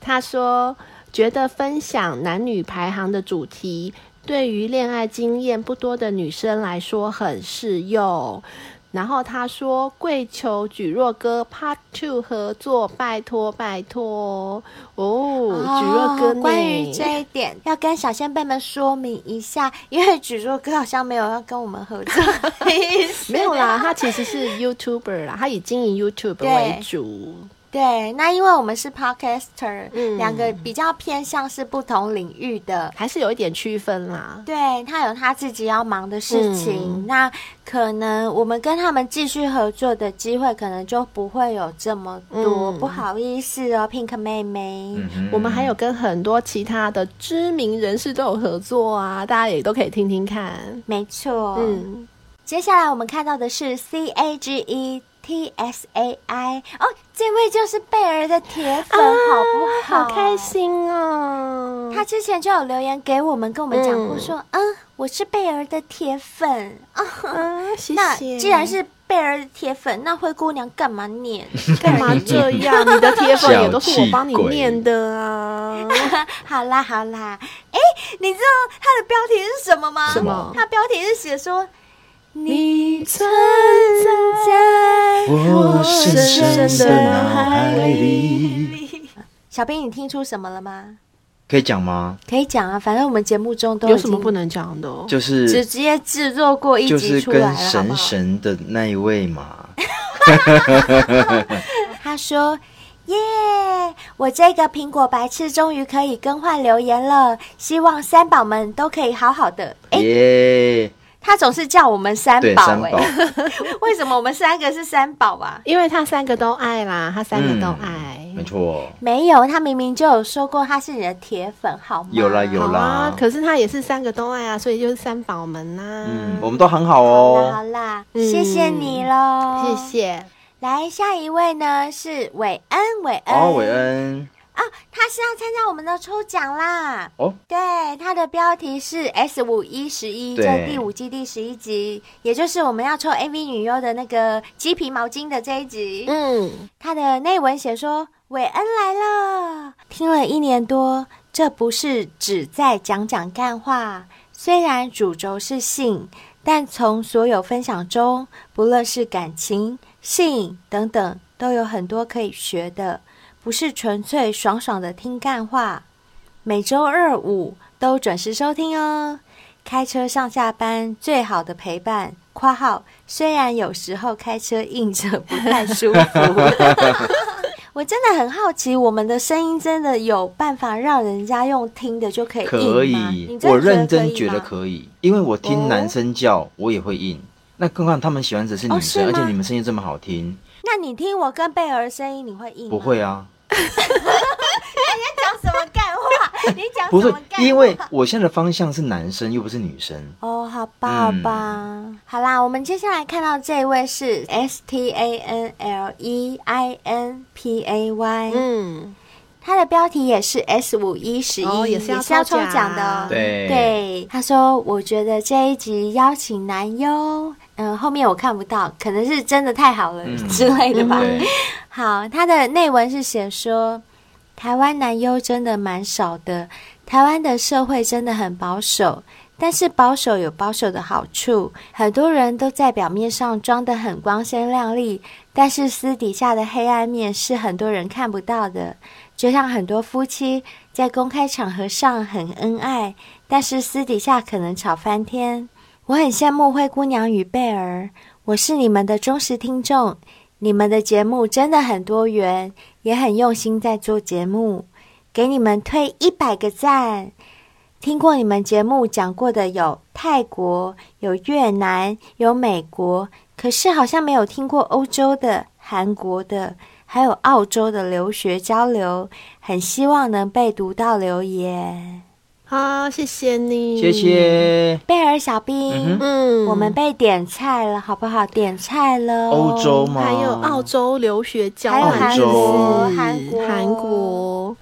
Speaker 2: 他说觉得分享男女排行的主题，对于恋爱经验不多的女生来说很适用。然后他说跪求举若哥 Part Two 合作，拜托拜托哦，举若哥呢
Speaker 4: 关于这一点，要跟小先辈们说明一下，因为举若哥好像没有要跟我们合作的意思。
Speaker 2: <laughs> 没有
Speaker 4: <laughs>
Speaker 2: 啦，他其实是 YouTuber 啦，他以经营 YouTube
Speaker 4: 对
Speaker 2: 为主。
Speaker 4: 对，那因为我们是 podcaster，、
Speaker 2: 嗯
Speaker 4: 两个比较偏向是不同领域的。
Speaker 2: 还是有一点区分啦。
Speaker 4: 对他有他自己要忙的事情，
Speaker 2: 嗯
Speaker 4: 那可能我们跟他们继续合作的机会，可能就不会有这么多。
Speaker 2: 嗯
Speaker 4: 不好意思哦，Pink 妹妹。
Speaker 3: 嗯哼
Speaker 2: 我们还有跟很多其他的知名人士都有合作啊，大家也都可以听听看。
Speaker 4: 没错，
Speaker 2: 嗯，
Speaker 4: 接下来我们看到的是 C A G E T S A I，哦，这位就是贝儿的铁粉，啊好不好？
Speaker 2: 好开。心哦！
Speaker 4: 他之前就有留言给我们，跟我们讲过
Speaker 2: 嗯
Speaker 4: 说，嗯我是贝儿的铁粉啊。
Speaker 2: 嗯，谢
Speaker 4: 那
Speaker 2: 谢。
Speaker 4: 既然是贝儿的铁粉，那灰姑娘干嘛 <laughs> 念？
Speaker 2: 干嘛这样？你
Speaker 3: <laughs>
Speaker 2: 的铁粉也都是我
Speaker 3: 小气
Speaker 2: 帮你
Speaker 3: 鬼
Speaker 2: 念的啊。
Speaker 4: 好啦好啦，哎、你知道它的标题是什么吗？
Speaker 2: 什么
Speaker 4: 它标题是写 <laughs> 说 <laughs> 你存在
Speaker 3: 我深
Speaker 2: 深
Speaker 3: 深
Speaker 2: 深
Speaker 3: 的
Speaker 2: 地
Speaker 3: 脑海里，
Speaker 4: 小兵，你听出什么了吗？
Speaker 3: 可以讲吗？
Speaker 4: 可以讲啊，反正我们节目中都
Speaker 2: 有什么不
Speaker 4: 能
Speaker 2: 能讲的哦？
Speaker 3: 就是
Speaker 4: 直接制作过一
Speaker 3: 就是
Speaker 4: 集出来了，
Speaker 3: 跟
Speaker 4: 好不
Speaker 3: 神
Speaker 4: 好？
Speaker 3: 神的那一位嘛，
Speaker 4: 他说。耶我这个苹果白痴终于可以更换留言了，希望三宝们都可以好好的。哎、
Speaker 3: 耶，
Speaker 4: 他总是叫我们三
Speaker 3: 对，
Speaker 4: 宝、
Speaker 3: 三
Speaker 4: 哎 <laughs>
Speaker 3: 宝，
Speaker 4: 为什么我们三个是三宝啊？
Speaker 2: 因为他三个都爱啦，他三个
Speaker 3: 嗯
Speaker 2: 都爱。
Speaker 3: 没错，
Speaker 4: 没有，他明明就有说过他是你的铁粉，好吗？
Speaker 3: 有啦有
Speaker 2: 好啊
Speaker 3: 啦
Speaker 2: 可是他也是三个都爱啊，所以就是三宝们呐。
Speaker 3: 嗯，我们都很好
Speaker 4: 好啦好
Speaker 3: 哦，
Speaker 4: 啦，
Speaker 2: 嗯
Speaker 4: 谢谢你喽，
Speaker 2: 谢。谢。
Speaker 4: 来，下一位呢是韦恩，韦恩，
Speaker 3: 哦，韦恩，
Speaker 4: 哦，他是要参加我们的抽奖啦。
Speaker 3: 哦，
Speaker 4: 对，它的标题是 S 五一十一，
Speaker 3: 对
Speaker 4: 这第五季第十一集，也就是我们要抽 AV 女优的那个鸡皮毛巾的这一集。
Speaker 2: 嗯，
Speaker 4: 他的内文写说：“韦恩来了，听了一年多，这不是只在讲讲干话。虽然主轴是性，但从所有分享中，不论是感情、性等等，都有很多可以学的，不是纯粹爽爽的听干话。每周二五都准时收听哦。”开车上下班最好的陪伴。（
Speaker 3: <laughs>
Speaker 4: 括号虽然有时候开车硬着不太舒服，我真的很好奇，我们的声音真的有办法让人家用听的就可以
Speaker 3: 可
Speaker 4: 硬吗
Speaker 3: 以
Speaker 4: 你，真
Speaker 3: 我
Speaker 4: 的觉得
Speaker 3: 认真
Speaker 4: 可以
Speaker 3: 觉得
Speaker 4: 吗
Speaker 3: 可以，因为我
Speaker 4: 哦
Speaker 3: 听男生叫我也会硬，那更何况他们喜欢的是
Speaker 4: 哦
Speaker 3: 女
Speaker 4: 是
Speaker 3: 生，而且
Speaker 4: 吗
Speaker 3: 你们声音这么好听，
Speaker 4: 那你听我跟贝儿的声音，你会硬吗
Speaker 3: 不会啊，
Speaker 4: 讲什么干话？你讲
Speaker 3: 不
Speaker 4: 什
Speaker 3: 是
Speaker 4: 啊么干话？
Speaker 3: 因为我现在的方向是男生，又不是女生。
Speaker 4: 哦，好吧，好
Speaker 3: 嗯
Speaker 4: 吧，好啦，我们接下来看到这一位是 S T A N L E I N P A Y，
Speaker 2: 嗯，
Speaker 4: 他的标题也是 S 五一十一，
Speaker 2: 哦也是要
Speaker 4: 是要抽
Speaker 2: 抽奖
Speaker 4: 奖的哦。
Speaker 3: 对
Speaker 4: 对，他说我觉得这一集邀请男优，嗯、后面我看不到，可能是真的太好了、
Speaker 3: 嗯
Speaker 4: 之类的吧。
Speaker 3: 对，
Speaker 4: 好，他的内文是写说，台湾男优真的蛮少的，台湾的社会真的很保守。但是保守有保守的好处，很多人都在表面上装得很光鲜亮丽，但是私底下的黑暗面是很多人看不到的。就像很多夫妻在公开场合上很恩爱，但是私底下可能吵翻天。我很羡慕灰姑娘与贝儿，我是你们的忠实听众，你们的节目真的很多元，也很用心在做节目，给你们推一百个赞。听过你们节目讲过的有泰国、有越南、有美国，可是好像没有听过欧洲的、韩国的，还有澳洲的留学交流。很希望能被读到留言。
Speaker 2: 好，谢谢你，
Speaker 3: 谢。谢。
Speaker 4: 贝尔小兵，
Speaker 3: 嗯
Speaker 2: 嗯，
Speaker 4: 我们被点菜了，好不好？点菜了。
Speaker 3: 欧洲吗？
Speaker 2: 还有澳洲留学交
Speaker 4: 还有
Speaker 2: 换
Speaker 4: 韩
Speaker 2: 日
Speaker 4: 国
Speaker 2: 子
Speaker 4: 韩国
Speaker 2: 韩国。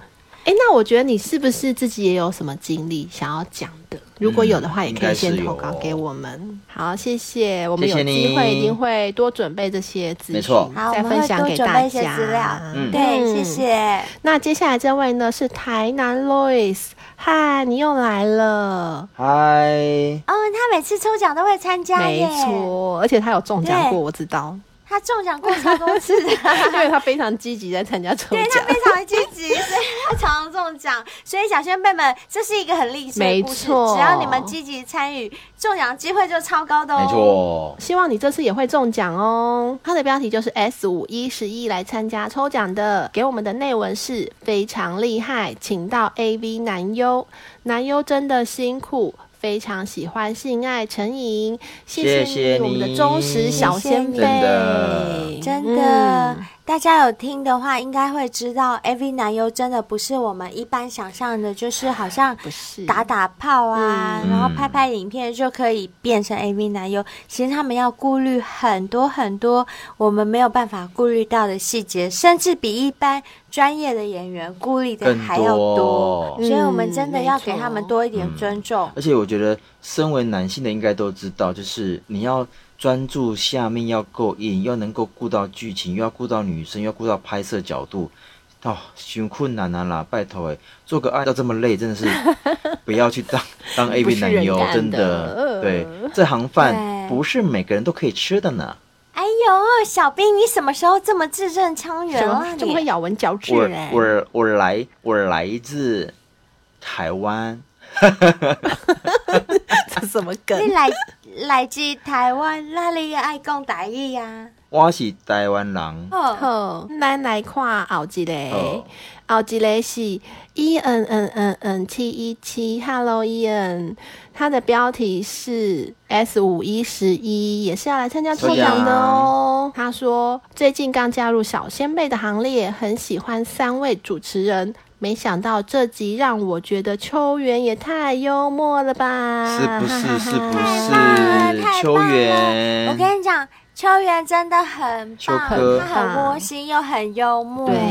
Speaker 2: 哎、那我觉得你是不是自己也有什么经历想要讲的？如果有的话，也
Speaker 3: 应
Speaker 2: 可以
Speaker 3: 该是
Speaker 2: 先投
Speaker 3: 有
Speaker 2: 稿
Speaker 3: 哦
Speaker 2: 给我们。
Speaker 3: 嗯
Speaker 2: 好，谢谢。我们有
Speaker 3: 谢谢你
Speaker 2: 机会一定会多准备这些资讯，
Speaker 3: 没错
Speaker 4: 好
Speaker 2: 再
Speaker 4: 我们
Speaker 2: 分
Speaker 4: 会
Speaker 2: 享
Speaker 4: 多
Speaker 2: 给
Speaker 4: 准
Speaker 2: 大
Speaker 4: 备一些
Speaker 2: 家。
Speaker 4: 资料
Speaker 3: 嗯
Speaker 4: 对，谢
Speaker 2: 嗯
Speaker 4: 谢。
Speaker 2: 那接下来这位呢是台南 Lois，嗨，你又来了，
Speaker 3: 嗨，
Speaker 4: 哦，他每次抽奖都会参加
Speaker 2: 没
Speaker 4: 耶，
Speaker 2: 错，而且他有中奖
Speaker 4: 对
Speaker 2: 过，我知道，
Speaker 4: 他中奖过超
Speaker 2: <laughs>
Speaker 4: 多次的。
Speaker 2: 因为他非常积极在参加抽
Speaker 4: 啊对他
Speaker 2: 奖。
Speaker 4: 非常的积极，所以他常常中奖。所以小先辈们，这是一个很励志的
Speaker 2: 没
Speaker 4: 故事，
Speaker 2: 错
Speaker 4: 只要你们积极参与，中奖机会就超高的哦。
Speaker 3: 没，错，
Speaker 2: 希望你这次也会中奖哦！它的标题就是 S 五一十一来参加抽奖的，给我们的内文是非常厉害，请到 AV 男优，男优真的辛苦。非常喜欢性爱成瘾，谢
Speaker 3: 谢谢
Speaker 2: 我们的
Speaker 3: 你
Speaker 2: 忠实小先
Speaker 4: 谢谢你
Speaker 2: 辈，嗯
Speaker 3: 真的
Speaker 4: 真的，大家有听的话，应该会知道，AV 男优真的不是我们一般想象的，就是好像
Speaker 2: 不是
Speaker 4: 打打炮啊，
Speaker 2: 嗯
Speaker 4: 然后拍拍影片就可以变成 AV 男优。其实他们要顾虑很多很多我们没有办法顾虑到的细节，甚至比一般专业的演员顾虑的还要
Speaker 3: 更
Speaker 4: 多
Speaker 3: 多。
Speaker 4: 所以我们真的
Speaker 2: 嗯
Speaker 4: 要
Speaker 2: 没错
Speaker 4: 给他们多一点尊重。
Speaker 3: 而且我觉得，身为男性的应该都知道，就是你要专注下面要够硬，要能够顾到剧情，又要顾到女生，又要顾到拍摄角度，哦，寻困难啊啦！拜托哎、做个爱到这么累，真的是不要去
Speaker 4: <laughs>
Speaker 3: 当当 A
Speaker 2: 不
Speaker 3: B
Speaker 2: 是
Speaker 3: 男
Speaker 2: 人
Speaker 3: 优，
Speaker 2: 干
Speaker 3: 真
Speaker 2: 的
Speaker 3: 的。对，这行饭
Speaker 4: 呃对
Speaker 3: 不是每个人都可以吃的呢。
Speaker 4: 哎呦，小兵，你什么时候这么字正腔圆
Speaker 2: 怎
Speaker 4: 了、
Speaker 2: 么这么会
Speaker 4: 啊你
Speaker 2: 咬文嚼字
Speaker 3: 我
Speaker 2: 哎、
Speaker 3: 我我来我来自台湾，
Speaker 2: 这什么梗？
Speaker 4: 你来来自台湾，那你爱讲台语啊呀、
Speaker 3: 我是台湾人。
Speaker 4: 啊？哦，
Speaker 2: 好，咱来看后一个
Speaker 3: 哦，
Speaker 2: 后一个是 E N N N N 嗯七一七，Hello E N，它的标题是 S 五一十一，也是要来参加抽奖的哦。他说最近刚加入小先辈的行列，很喜欢三位主持人。没想到这集让我觉得秋元也太幽默了
Speaker 4: 啊
Speaker 2: 吧？
Speaker 3: 是不是？是不
Speaker 4: 棒了
Speaker 3: 是？
Speaker 4: 啊太
Speaker 3: 秋
Speaker 4: 棒了我
Speaker 3: 元，
Speaker 4: 跟你讲，秋元真的很
Speaker 3: 秋
Speaker 4: 棒，
Speaker 3: 哥
Speaker 4: 他很窝心又很幽默。
Speaker 2: 对，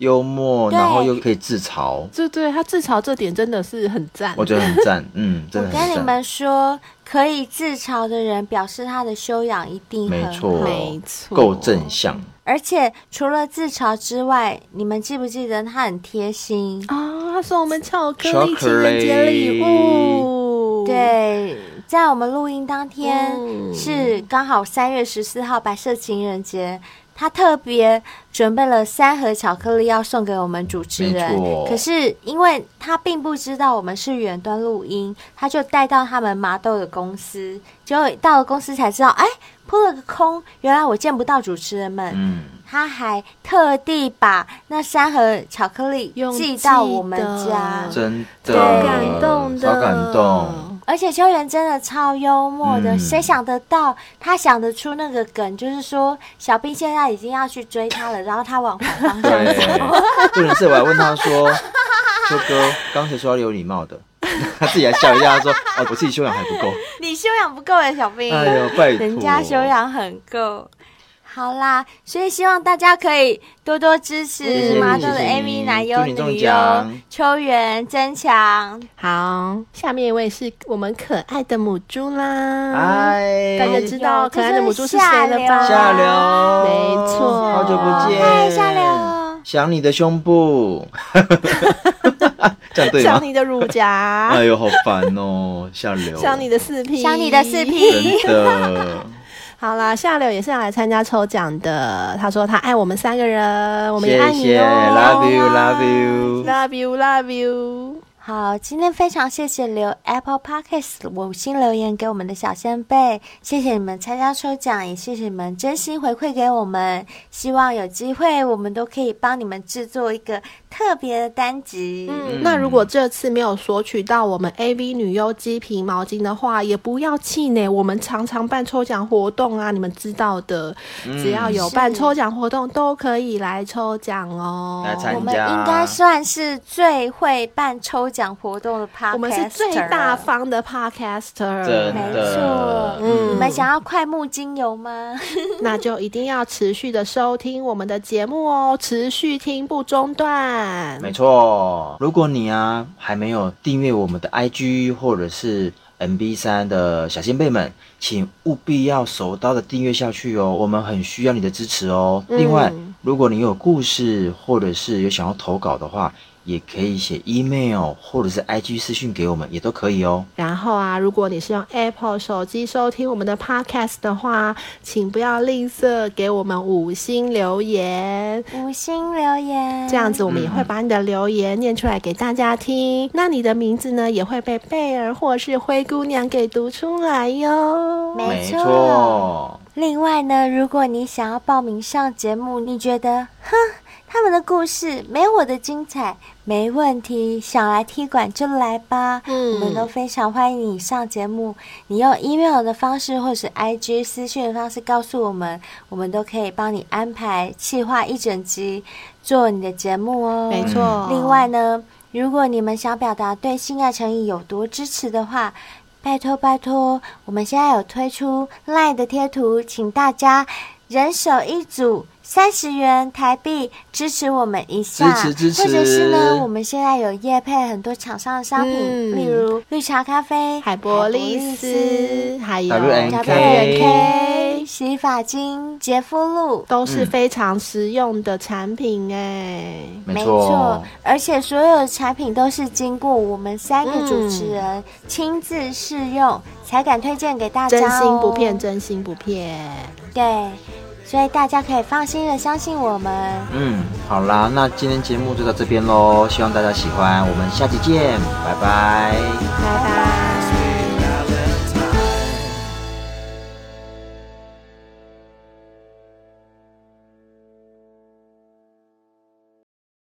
Speaker 3: 幽默，
Speaker 4: 对
Speaker 3: 然后又可以自嘲，
Speaker 2: 对对，他自嘲这点真的是很赞。
Speaker 3: 我觉得很赞。嗯，
Speaker 4: 我
Speaker 3: 真的
Speaker 4: 跟你
Speaker 3: 很赞。
Speaker 4: 们说，可以自嘲的人，表示他的修养一定很
Speaker 3: 没
Speaker 4: 好。
Speaker 3: 错，
Speaker 2: 没错
Speaker 3: 够正向。
Speaker 4: 而且除了自嘲之外，你们记不记得他很贴心？
Speaker 2: 啊，他送我们巧克力情人节礼物。，
Speaker 4: 对，在我们录音当天、
Speaker 2: 嗯
Speaker 4: 是刚好三月十四号白色情人节，他特别准备了三盒巧克力要送给我们主持
Speaker 3: 没
Speaker 4: 人
Speaker 3: 错。
Speaker 4: 可是因为他并不知道我们是远端录音，他就带到他们麻豆的公司，结果到了公司才知道，哎，扑了个空，原来我见不到主持人们。
Speaker 3: 嗯，
Speaker 4: 他还特地把那三盒巧克力
Speaker 2: 用
Speaker 4: 寄到我们
Speaker 2: 寄的
Speaker 4: 家，
Speaker 3: 真的，
Speaker 2: 超感动的，
Speaker 3: 超感动。。
Speaker 4: 而且秋元真的超幽默的，
Speaker 3: 嗯
Speaker 4: 谁想得到他想得出那个梗？就是说小兵现在已经要去追他了，然后他往反
Speaker 3: <laughs>
Speaker 4: 方向
Speaker 3: 对
Speaker 4: 走。， <laughs>
Speaker 3: 重点是我还问他说：“秋哥，刚才说要有礼貌的。” <laughs> 他自己还笑一下，他说：“哦，我自己修养还不够。
Speaker 4: 你修养不够哎，小”兵，
Speaker 3: 哎呦，拜托，
Speaker 4: 人家修养很够。好啦，所以希望大家可以多多支
Speaker 3: 谢
Speaker 4: 持
Speaker 3: 谢
Speaker 4: 麻豆的
Speaker 3: 谢谢
Speaker 4: AV
Speaker 3: 你
Speaker 4: 男优
Speaker 3: 祝你中
Speaker 4: 女优哦
Speaker 3: 奖
Speaker 4: 秋元增强。
Speaker 2: 好，下面一位是我们可爱的母猪啦。
Speaker 3: 哎，
Speaker 2: 大家知道可爱的母猪是
Speaker 4: 下
Speaker 2: 谁
Speaker 4: 流
Speaker 2: 了吧？
Speaker 3: 下流，
Speaker 2: 没错
Speaker 3: 好久不见，
Speaker 4: 嗨下流
Speaker 3: 想你的胸部， <laughs> 这样对吗
Speaker 2: 像？你的乳夹
Speaker 3: <laughs> 哎，呦，好烦哦，下流，
Speaker 2: 像你的四 P，
Speaker 4: 想你的四 P，
Speaker 2: <laughs>
Speaker 3: 真的，
Speaker 2: 好啦，下流也是来参加抽奖的。他说他爱我们三个人，我们也爱
Speaker 3: 谢
Speaker 2: 你
Speaker 3: 谢
Speaker 2: 哦。
Speaker 3: ，love you，love you，
Speaker 2: Love you, love you。
Speaker 4: 好，今天非常谢谢留 Apple Podcast 五星留言给我们的小先辈，谢谢你们参加抽奖，也谢谢你们真心回馈给我们。希望有机会我们都可以帮你们制作一个特别的单集。
Speaker 2: 嗯，那如果这次没有索取到我们 AV 女优鸡皮毛巾的话，也不要气馁。我们常常办抽奖活动啊，你们知道的，只要有办
Speaker 4: 是
Speaker 2: 抽奖活动都可以来抽奖哦。
Speaker 3: 来参
Speaker 4: 我
Speaker 3: 加
Speaker 4: 们嗯应该算是最会办抽奖活动的 Podcast，
Speaker 2: 我们是最大方的 podcaster，
Speaker 3: 真
Speaker 4: 没
Speaker 3: 的
Speaker 4: 错，
Speaker 2: 嗯
Speaker 4: 你们想要快木精油吗？
Speaker 2: 那就一定要持续的收听我们的节目哦，持续听不中断。
Speaker 3: 没错，如果你啊还没有订阅我们的 IG 或者是 MB 三的小先辈们，请务必要手刀的订阅下去哦，我们很需要你的支持哦。
Speaker 2: 嗯
Speaker 3: 另外，如果你有故事或者是有想要投稿的话，也可以写 email 或者是 IG 私讯给我们，也都可以哦。
Speaker 2: 然后啊，如果你是用 Apple 手机收听我们的 Podcast 的话，请不要吝啬给我们五星留言。
Speaker 4: 五星留言，
Speaker 2: 这样子，我们也会把你的留言念出来给大家听。那你的名字呢，也会被贝儿或是灰姑娘给读出来哟。
Speaker 4: 没
Speaker 3: 没
Speaker 4: 错
Speaker 3: 错，
Speaker 4: 另外呢，如果你想要报名上节目，你觉得，哼，他们的故事没有我的精彩，没问题，想来踢馆就来吧。
Speaker 2: 嗯
Speaker 4: 我们都非常欢迎你上节目。你用 email 的方式，或是 IG 私讯的方式告诉我们，我们都可以帮你安排企划一整集，做你的节目哦。
Speaker 2: 没错。
Speaker 4: 另外呢，如果你们想表达对性爱成瘾有多支持的话，拜托拜托，我们现在有推出 LINE 的贴图，请大家人手一组。三十元台币支持我们一下，
Speaker 3: 支持支持
Speaker 4: 或者是呢，我们现在有业配很多厂商的商品，
Speaker 2: 嗯
Speaker 4: 例如绿茶咖啡、
Speaker 2: 海博
Speaker 4: 利
Speaker 2: 利斯，还有
Speaker 3: WNK
Speaker 4: WK、洗发精、洁肤露，
Speaker 2: 都是
Speaker 3: 嗯
Speaker 2: 非常实用的产品哎、
Speaker 3: 没
Speaker 4: 没
Speaker 3: 错
Speaker 4: 错，，而且所有的产品都是经过我们三个主持
Speaker 2: 嗯
Speaker 4: 人亲自试用，才敢推荐给大家、
Speaker 2: 真
Speaker 4: 哦。
Speaker 2: 心不骗，真心不骗。
Speaker 4: 对，所以大家可以放心的相信我们。
Speaker 3: 嗯，好啦，那今天节目就到这边喽，希望大家喜欢，我们下期见，拜拜。
Speaker 4: 拜拜。